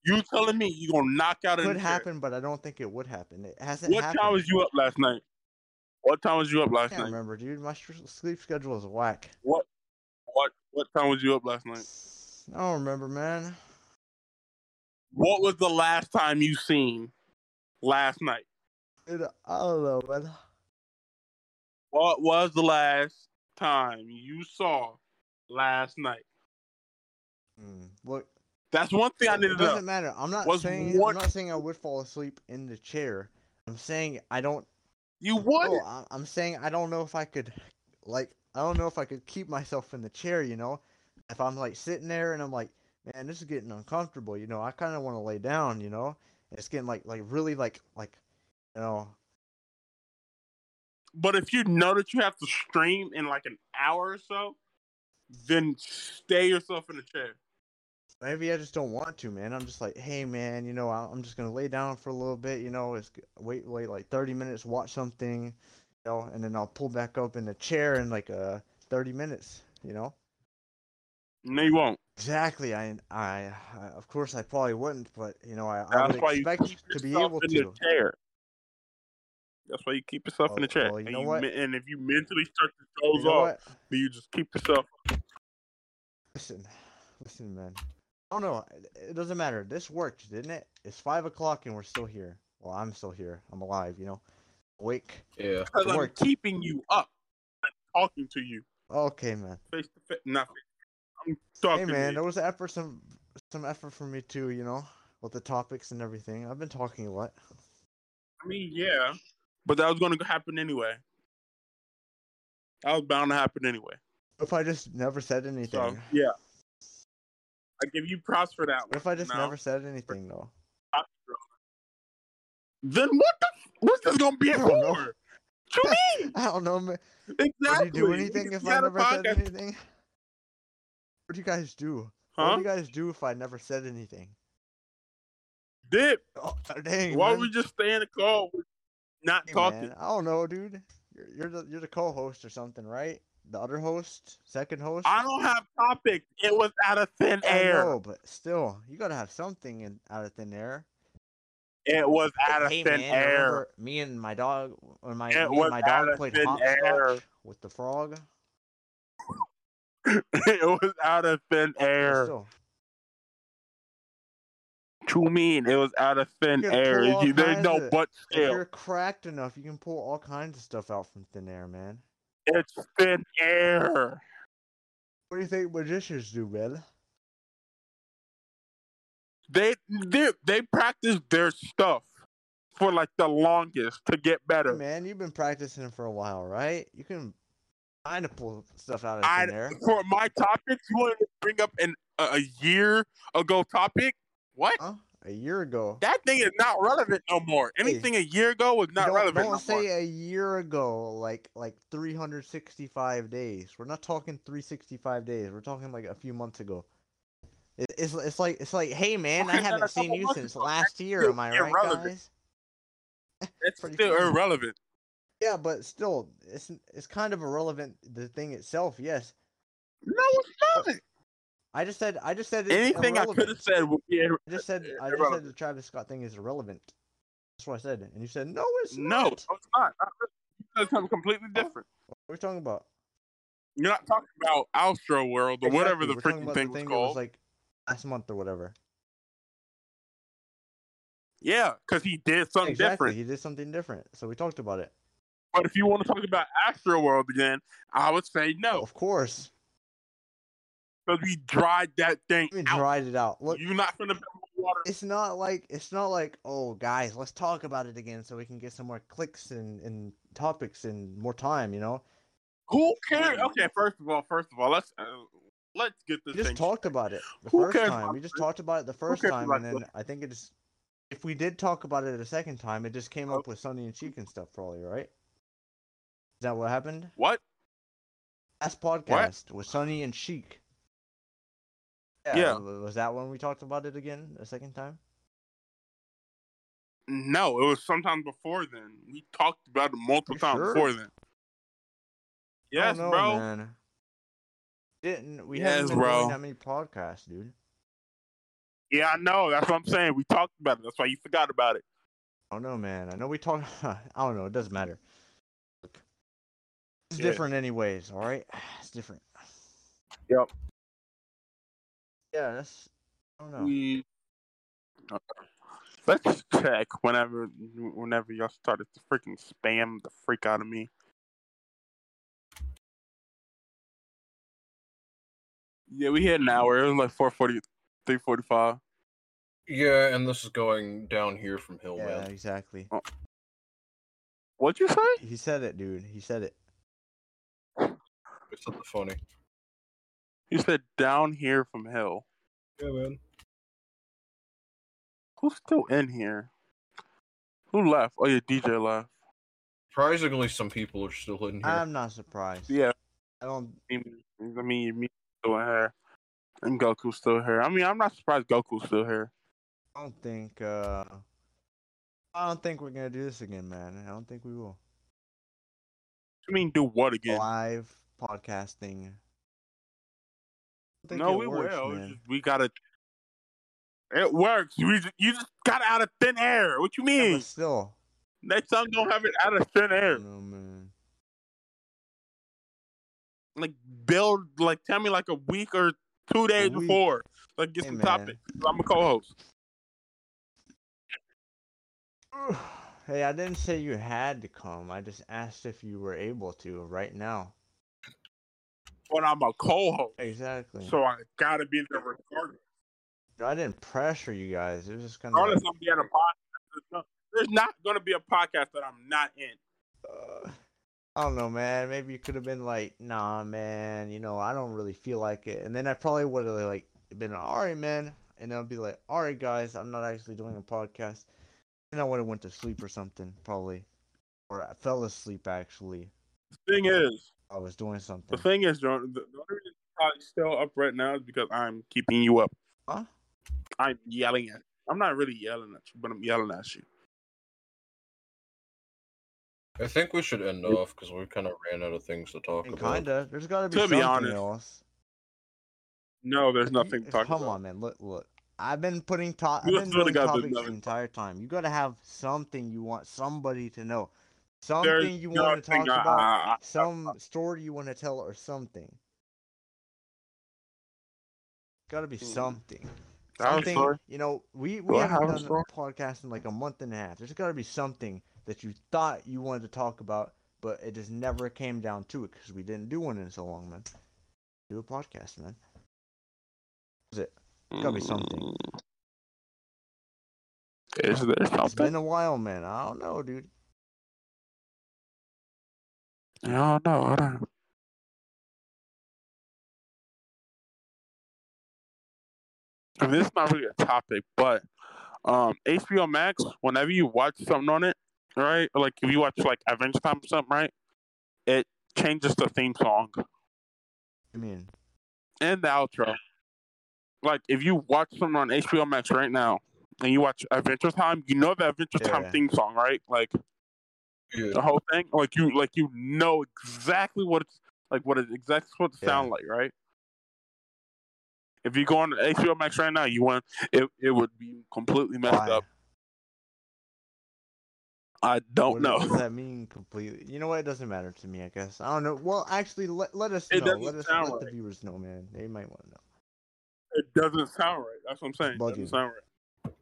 you telling me you gonna knock out It in could the chair? happen, but I don't think it would happen. It hasn't What happened. time was you up last night? What time was you up I last can't night? remember, dude. My str- sleep schedule is whack. What what what time was you up last night? I don't remember, man. What was the last time you seen last night? Dude, I don't know, man. What was the last time you saw last night? Mm, Look, That's one thing I it needed doesn't to know. matter. I'm not Was saying what- I'm not saying I would fall asleep in the chair. I'm saying I don't You would No, I- I'm saying I don't know if I could, like, I don't know if I could keep myself in the chair, you know? If I'm, like, sitting there and I'm like, man, this is getting uncomfortable, you know? I kind of want to lay down, you know? And it's getting, like, like really, like, like, you know, But if you know that you have to stream in like an hour or so, then stay yourself in the chair. maybe I just don't want to, man. I'm just like, hey, man, you know, I- I'm just going to lay down for a little bit, you know? It's, g- wait, wait, like, 30 minutes, watch something, you know? And then I'll pull back up in the chair in, like, uh, 30 minutes, you know? No, you won't. Exactly. I, I, I, of course, I probably wouldn't, but you know, I, I That's would why you expect keep to be yourself able in to. the chair. That's why you keep yourself in the Oh, chair. well, you and, know you what? men- and if you mentally start to doze You know off, what? then you just keep yourself. Listen, listen, man. I don't know. it- It doesn't matter. This worked, didn't it? It's five o'clock and we're still here. Well, I'm still here. I'm alive. You know, awake. Yeah. Because I'm worked. keeping you up. I'm talking to you Okay, man. face to face. Not face. I'm Hey, talking to man. you. There was effort, some, some effort from me too. You know, with the topics and everything. I've been talking a lot. I mean, yeah. But that was going to happen anyway. That was bound to happen anyway. If I just never said anything. So, yeah. I give you props for that What one. if I just no? never said anything though? Then what the? f- What's this going to be I for? don't know. What you mean? I don't know, man. Would Exactly. you do anything if I got a never said podcast- anything? What do you guys do? What Huh? do you guys do if I never said anything? Dip. Oh, dang. Why man. would we just stay in the call, not Hey, talking? man, I don't know, dude. You're, you're the you're the co-host or something, right? The other host, second host. I don't have topic. It was out of thin I air. know, but still, you gotta have something in, out of thin air. It was out of hey, thin man, air. remember me and my dog, or my It me and was my out dog of played thin hopscotch air. with the frog. it was out of thin But air. still, What you mean? It was out of thin You can air. pull all You- there's kinds no of- but if still. you're cracked enough, you can pull all kinds of stuff out from thin air, man. It's thin air. What do you think magicians do, man? They they they practice their stuff for like the longest to get Hey, better. man, you've been practicing for a while, right? You can kind of pull stuff out of I thin air. for my topics, you wanted to bring up an a, a year ago topic. What? Huh? A year ago. That thing is not relevant no more. Hey. Anything a year ago was not don't, relevant Don't no say more. a year ago, like like 365 days. We're not talking 365 days. We're talking like a few months ago. It, it's it's like it's like, hey man, I Okay, then a haven't seen couple you months since ago, last year. still Am I right, irrelevant. guys? It's pretty still funny. irrelevant. Yeah, but still, it's it's kind of irrelevant. The thing itself, yes. No, it's not. I just said I just said it's Anything I irrelevant. could have said would be ir- I just said Yeah, I just said irrelevant. the Travis Scott thing is irrelevant. That's what I said, and you said Oh. no, it's no, no, not. it's not. Not really. You said something completely different. What are we talking about? You're not talking about Astro World or whatever Exactly, the we're talking freaking about thing the was thing that called. was like last month or whatever. yeah, because he did something exactly, different. he did something different, so we talked about it. But if you want to talk about Astro World again, I would say no Of course. because we dried that thing Even out. dried it out. Look, You're not gonna water. it's not like it's not like oh guys, let's talk about it again so we can get some more clicks and, and topics and more time. You know, Who cares? Okay, first of all, first of all, let's uh, let's get this we just thing. talked about it the Who first cares time. about We just this? talked about it the first cares time, about and then I think it just if we did talk about it a second time, it just came Oh. up with Sonny and Cheek and stuff probably, right? Is that what happened? What? Last podcast was Sonny and Sheik. Yeah. w- Was that when we talked about it again a second time? No, it was sometime before then. We talked about it multiple You times sure? before then. I don't Yes, know, bro. Man. Didn't we Yes, haven't been bro. doing that many podcasts, dude? Yeah, I know. That's what I'm saying. We talked about it. That's why you forgot about it. I don't know, man. I know we talked. I don't know. It doesn't matter. Look, it's Yeah. different, anyways. All right, it's different. Yep. Yeah, that's. I don't know. We let's check whenever whenever y'all started to freaking spam the freak out of me. Yeah, we hit an hour. It was like 440, 345. Yeah, and this is going down here from Hill, yeah, man. exactly. What'd you say? He said it, dude. He said it. It's something funny. You said down here from hell. Yeah, man. Who's still in here? Who left? Oh yeah, DJ left. Surprisingly, some people are still in here. I'm not surprised. Yeah, I don't. I mean, I mean, me still in here, and Goku's still here. I mean, I'm not surprised Goku's still here. I don't think. uh I don't think we're gonna do this again, man. I don't think we will. You mean do what again? Live podcasting. I think no, it we works, will. It's man. Just, we gotta. It works. We just, you just got it out of thin air. What you Yeah, mean? but still. Next time, don't have it out of thin I air. don't know, man. Like build, like tell me like a week or two days week. before. Like get Hey, some man. topics. I'm a co-host. Hey, I didn't say you had to come. I just asked if you were able to right now. But I'm a co-host, Exactly. so I gotta be there regardless. I didn't pressure you guys. It was just kind of. regardless I'm being a podcast. There's not going to be a podcast that I'm not in. uh, I don't know, man. Maybe you could have been like, nah, man, you know, I don't really feel like it. And then I probably would have like been, all right, man. And I'll be like, all right, guys, I'm not actually doing a podcast. And I would have went to sleep or something, probably. Or I fell asleep, actually. The thing is, I was doing something. the thing is, Jordan, the, the only reason I'm still up right now is because I'm keeping you up. Huh? I'm yelling at. I'm not really yelling at you, but I'm yelling at you. I think we should end off because we kind of ran out of things to talk And about. kinda. There's got to be To be something honest, else. No, there's You- nothing to talk Come about. on, man. Look, look. I've been putting to- I've You been swear to doing God, there's topics the nothing. entire time. You got to have something you want somebody to know, something There's you want to talk nothing I- about, I- I- some story you want to tell, or something. Got to be Mm. something. I have a Something. story. You know, we Do we I haven't have a done story? a podcast in like a month and a half. There's got to be something that you thought you wanted to talk about, but it just never came down to it because we didn't do one in so long, man. Do a podcast, man. That's it. gotta be something. Mm. Is there It's something? been a while, man. I don't know, dude. I don't know. I don't. I mean, this is not really a topic, but um, HBO Max. Whenever you watch something on it, right? Like if you watch like Adventure Time or something, right? It changes the theme song I mean, and the outro. Like if you watch something on HBO Max right now, and you watch Adventure Time, you know the Adventure Time Yeah. theme song, right? Like Yeah. the whole thing. Like you like you know exactly what it's like what it exactly what it Yeah. sound like, right? If you go on HBO Max right now, you want it it would be completely messed why? up. I don't What know. does that mean completely? You know what? It doesn't matter to me, I guess. I don't know. Well, actually, let, let us It know. doesn't Let us sound let the right. viewers know, man. They might want to know. It doesn't sound right. That's what I'm saying. It doesn't Bugging. sound right.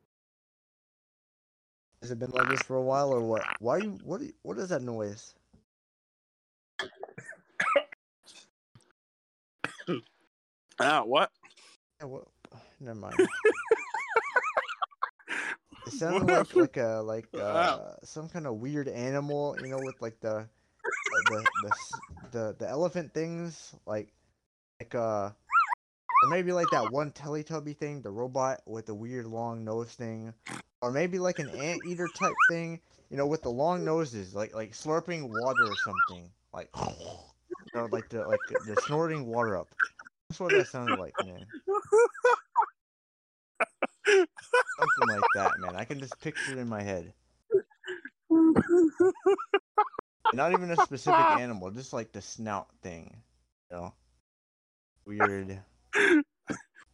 Has it been like this for a while, or what? Why? Are you, what? Are you, what is that noise? Ah, what? Yeah, Oh, well, never mind. It sounded What like like a like Wow. uh, some kind of weird animal, you know, with like the uh, the the s- the, the elephant things, like like uh, or maybe like that one Teletubby thing, the robot with the weird long nose thing, or maybe like an anteater type thing, you know, with the long noses, like like slurping water or something, like you know, like the like the snorting water up. That's what that sounded like, man. Something like that, man. I can just picture it in my head. Not even a specific animal, just like the snout thing. You know? Weird.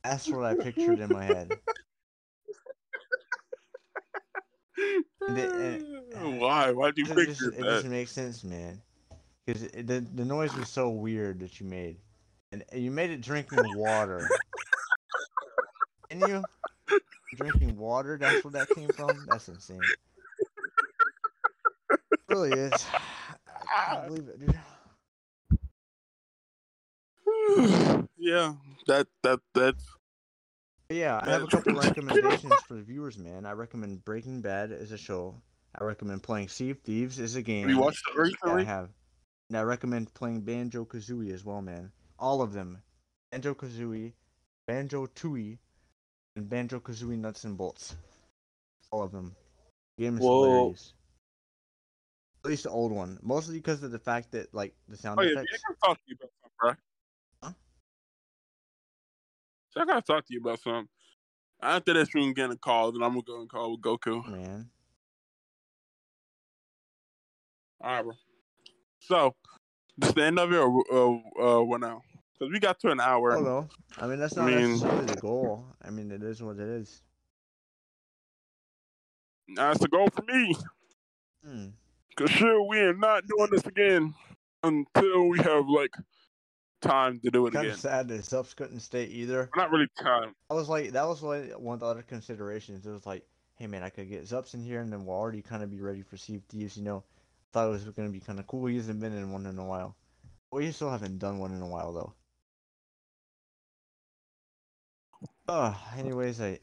That's what I pictured in my head. And it- and- Why? Why'd you It just, picture it just that? makes sense, man. Because the, the noise was so weird that you made. And and you made it drinking water. And you? Drinking water? That's where that came from? That's insane. really is. I can't believe it, dude. yeah, that that that. But yeah, I have a That's- couple recommendations for the viewers, man. I recommend Breaking Bad as a show. I recommend playing Sea of Thieves as a game. Have you watched it Yeah, I recently? have. And I recommend playing Banjo Kazooie as well, man. All of them. Banjo Kazooie, Banjo Tooie, and Banjo Kazooie Nuts and Bolts. All of them. The game is Whoa. hilarious. At least the old one. Mostly because of the fact that like the sound Oh yeah, effects. Jack, I gotta talk to you about something, bro. Huh? Jack, I gotta talk to you about something. After this, we're gonna call, then I'm gonna go and call with Goku. Man. All right, bro. So, this the end of it, or uh, uh, what now? Because we got to an hour. Oh no. I mean that's I not mean- necessarily the goal. I mean it is what it is. That's the goal for me. Hmm. Cause sure, we are not doing this again until we have like time to do it Kind again. of sad that subs couldn't stay either. Not really time. I was like, that was like one of the other considerations. It was like, hey man, I could get Zups in here, and then we'll already kind of be ready for Sea of Thieves. You know, thought it was gonna be kind of cool. He hasn't been in one in a while. We still haven't done one in a while though. Uh, anyways, I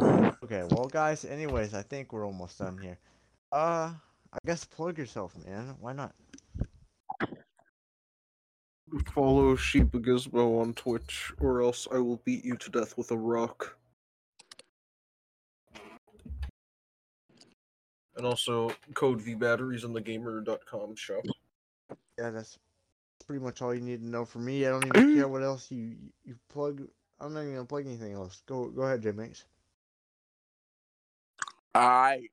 okay. Well, guys. Anyways, I think we're almost done here. Uh, I guess plug yourself, man. Why not? Follow Sheba Gizmo on Twitch, or else I will beat you to death with a rock. And also, code V batteries in the gamer.com shop. yeah, that's pretty much all you need to know from me. I don't even care what else you you plug. I'm not even gonna plug anything else. Go go ahead, Jay Minx. Alright.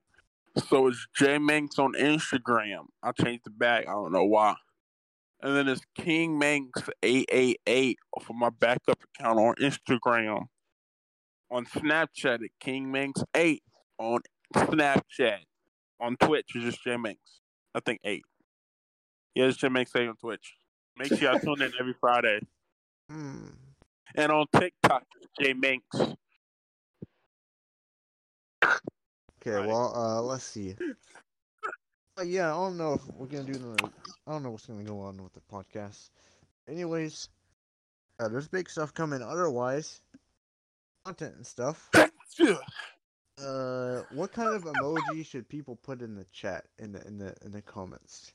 So it's J Manx on Instagram. I changed it back. I don't know why. And then it's King Manx eight eight eight for my backup account on Instagram. On Snapchat at King Manx eight. On Snapchat. On Twitch it's just J Manx. I think eight. Yeah, it's J Manx eight on Twitch. Make sure y'all tune in every Friday. Hmm. And on TikTok, it's J Manx. Okay, Right. well, uh, let's see. But yeah, I don't know if we're gonna do the. I don't know what's gonna go on with the podcast. Anyways, uh, there's big stuff coming. Otherwise, content and stuff. Uh, what kind of emoji should people put in the chat in the in the in the comments?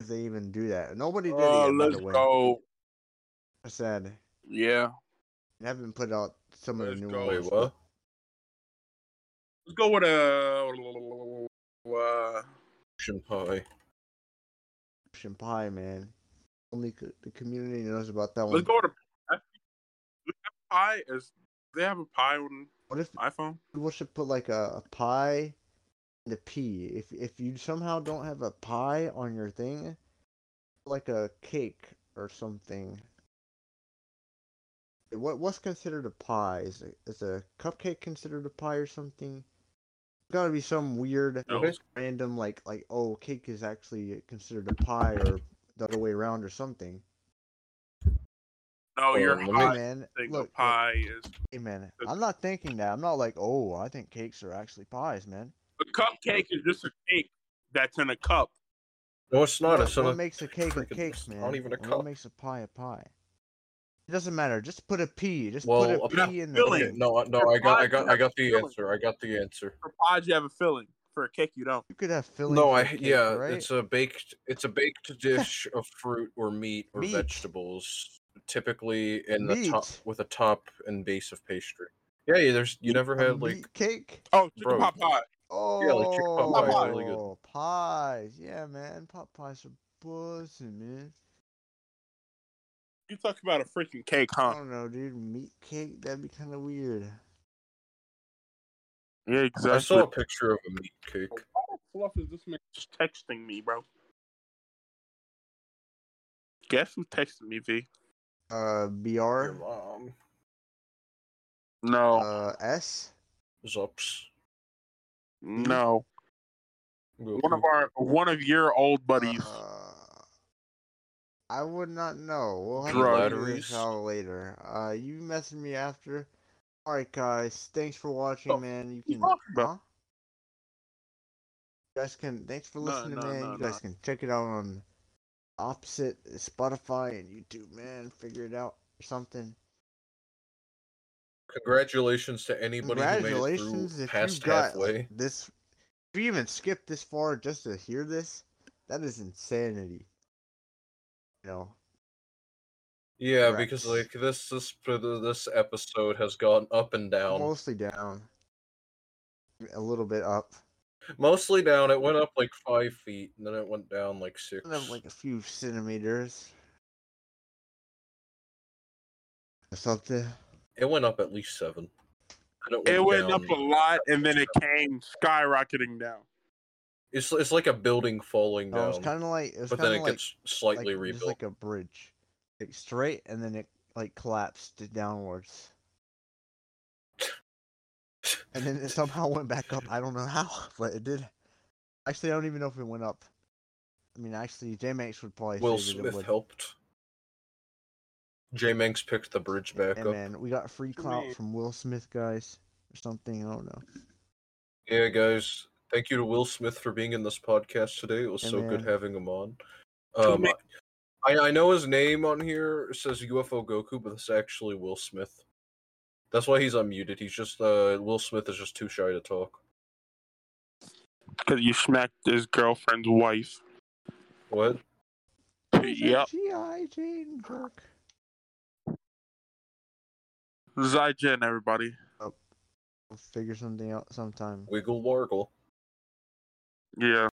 If they even do that, nobody did Oh, it. yet, let's by the way. go. Sad. Yeah. I haven't put out some of Let's the new go. ones. Wait, what? Let's go with uh, uh Ocean Pie. Option Pie, man. Only co- the community knows about that one. let's go with a do they have pie is do they have a pie on What if iPhone? people should put like a, a pie and a P? If if you somehow don't have a pie on your thing, like a cake or something. What what's considered a pie? Is a, is a cupcake considered a pie or something? Got to be some weird No. Okay. random like like oh cake is actually considered a pie or the other way around or something. No, Oh, your let me- Hey high man, thing look, of pie is Hey man, Look. I'm not thinking that. I'm not like, oh, I think cakes are actually pies, man. a cupcake is just a cake that's in a cup. No, it's not. What, It's not what a- makes a cake a freaking- cake, it's man? Not even a and cup. What makes a pie a pie? It doesn't matter. Just put a P. Just Well, put a P in the filling. Okay, thing. no, I- no, Your I got, I pies got, have I got the filling. answer. I got the answer. For pies, you have a filling. For a cake, you don't. You could have filling. No, for I a cake, yeah, right? it's a baked, it's a baked dish of fruit or meat or Meat. vegetables, typically in the top Meat. with a top and base of pastry. Yeah, yeah there's you never a had like meat cake. Oh, chicken Bro. pot pie. Oh, like chicken pot pie is really good. pies. Yeah, man, pot pies are buzzing, man. You talk about a freaking cake, I huh? don't know, dude. Meat cake? That'd be kind of weird. Yeah, exactly. I saw a picture of a meat cake. Why the fluff is this man just texting me, bro? Guess who texted me, V? Uh, Your br. mom, No, Uh, s. Zups, no. Goku. One of our, one of your old buddies. Uh, I would not know. We'll have to figure Drugs. this out later. Uh, you message me after. All right, guys. Thanks for watching, Oh, man. You you can. talking about? Huh? You guys can. Thanks for No, listening, no, man. no, you guys no. can check it out on opposite Spotify and YouTube, man. Figure it out or something. Congratulations to anybody who made it Congratulations through if you past got like, halfway. this. If you even skipped this far just to hear this, that is insanity. You know, Yeah, because like Rex. this this this episode has gone up and down. mostly down, a little bit up, Mostly down. It went up like five feet, and then it went down like six. and then, like a few centimeters. Or something. It went up at least seven. And It went down- up a lot, and then it came skyrocketing down. It's it's like a building falling No, down, Oh, it's kind of like it's but then kind it of like gets slightly like, just rebuilt. like a bridge, like straight, and then it like collapsed downwards, and then it somehow went back up. I don't know how, but it did. Actually, I don't even know if it went up. I mean, actually, JMX would probably Will say that Smith it would. helped. J. Manx picked the bridge back Hey up. man, we got free clout Man. from Will Smith, guys, or something. I don't know. Yeah, guys. Thank you to Will Smith for being in this podcast today. It was Hey, so good man. having him on. Um, man. I, I know his name on here says UFO Goku, but it's actually Will Smith. That's why he's unmuted. He's just uh, Will Smith is just too shy to talk. Because you smacked his girlfriend's wife. What? Yep. G.I. Jane jerk. Zygen, everybody. We'll figure something out sometime. Wiggle wargle. Yeah.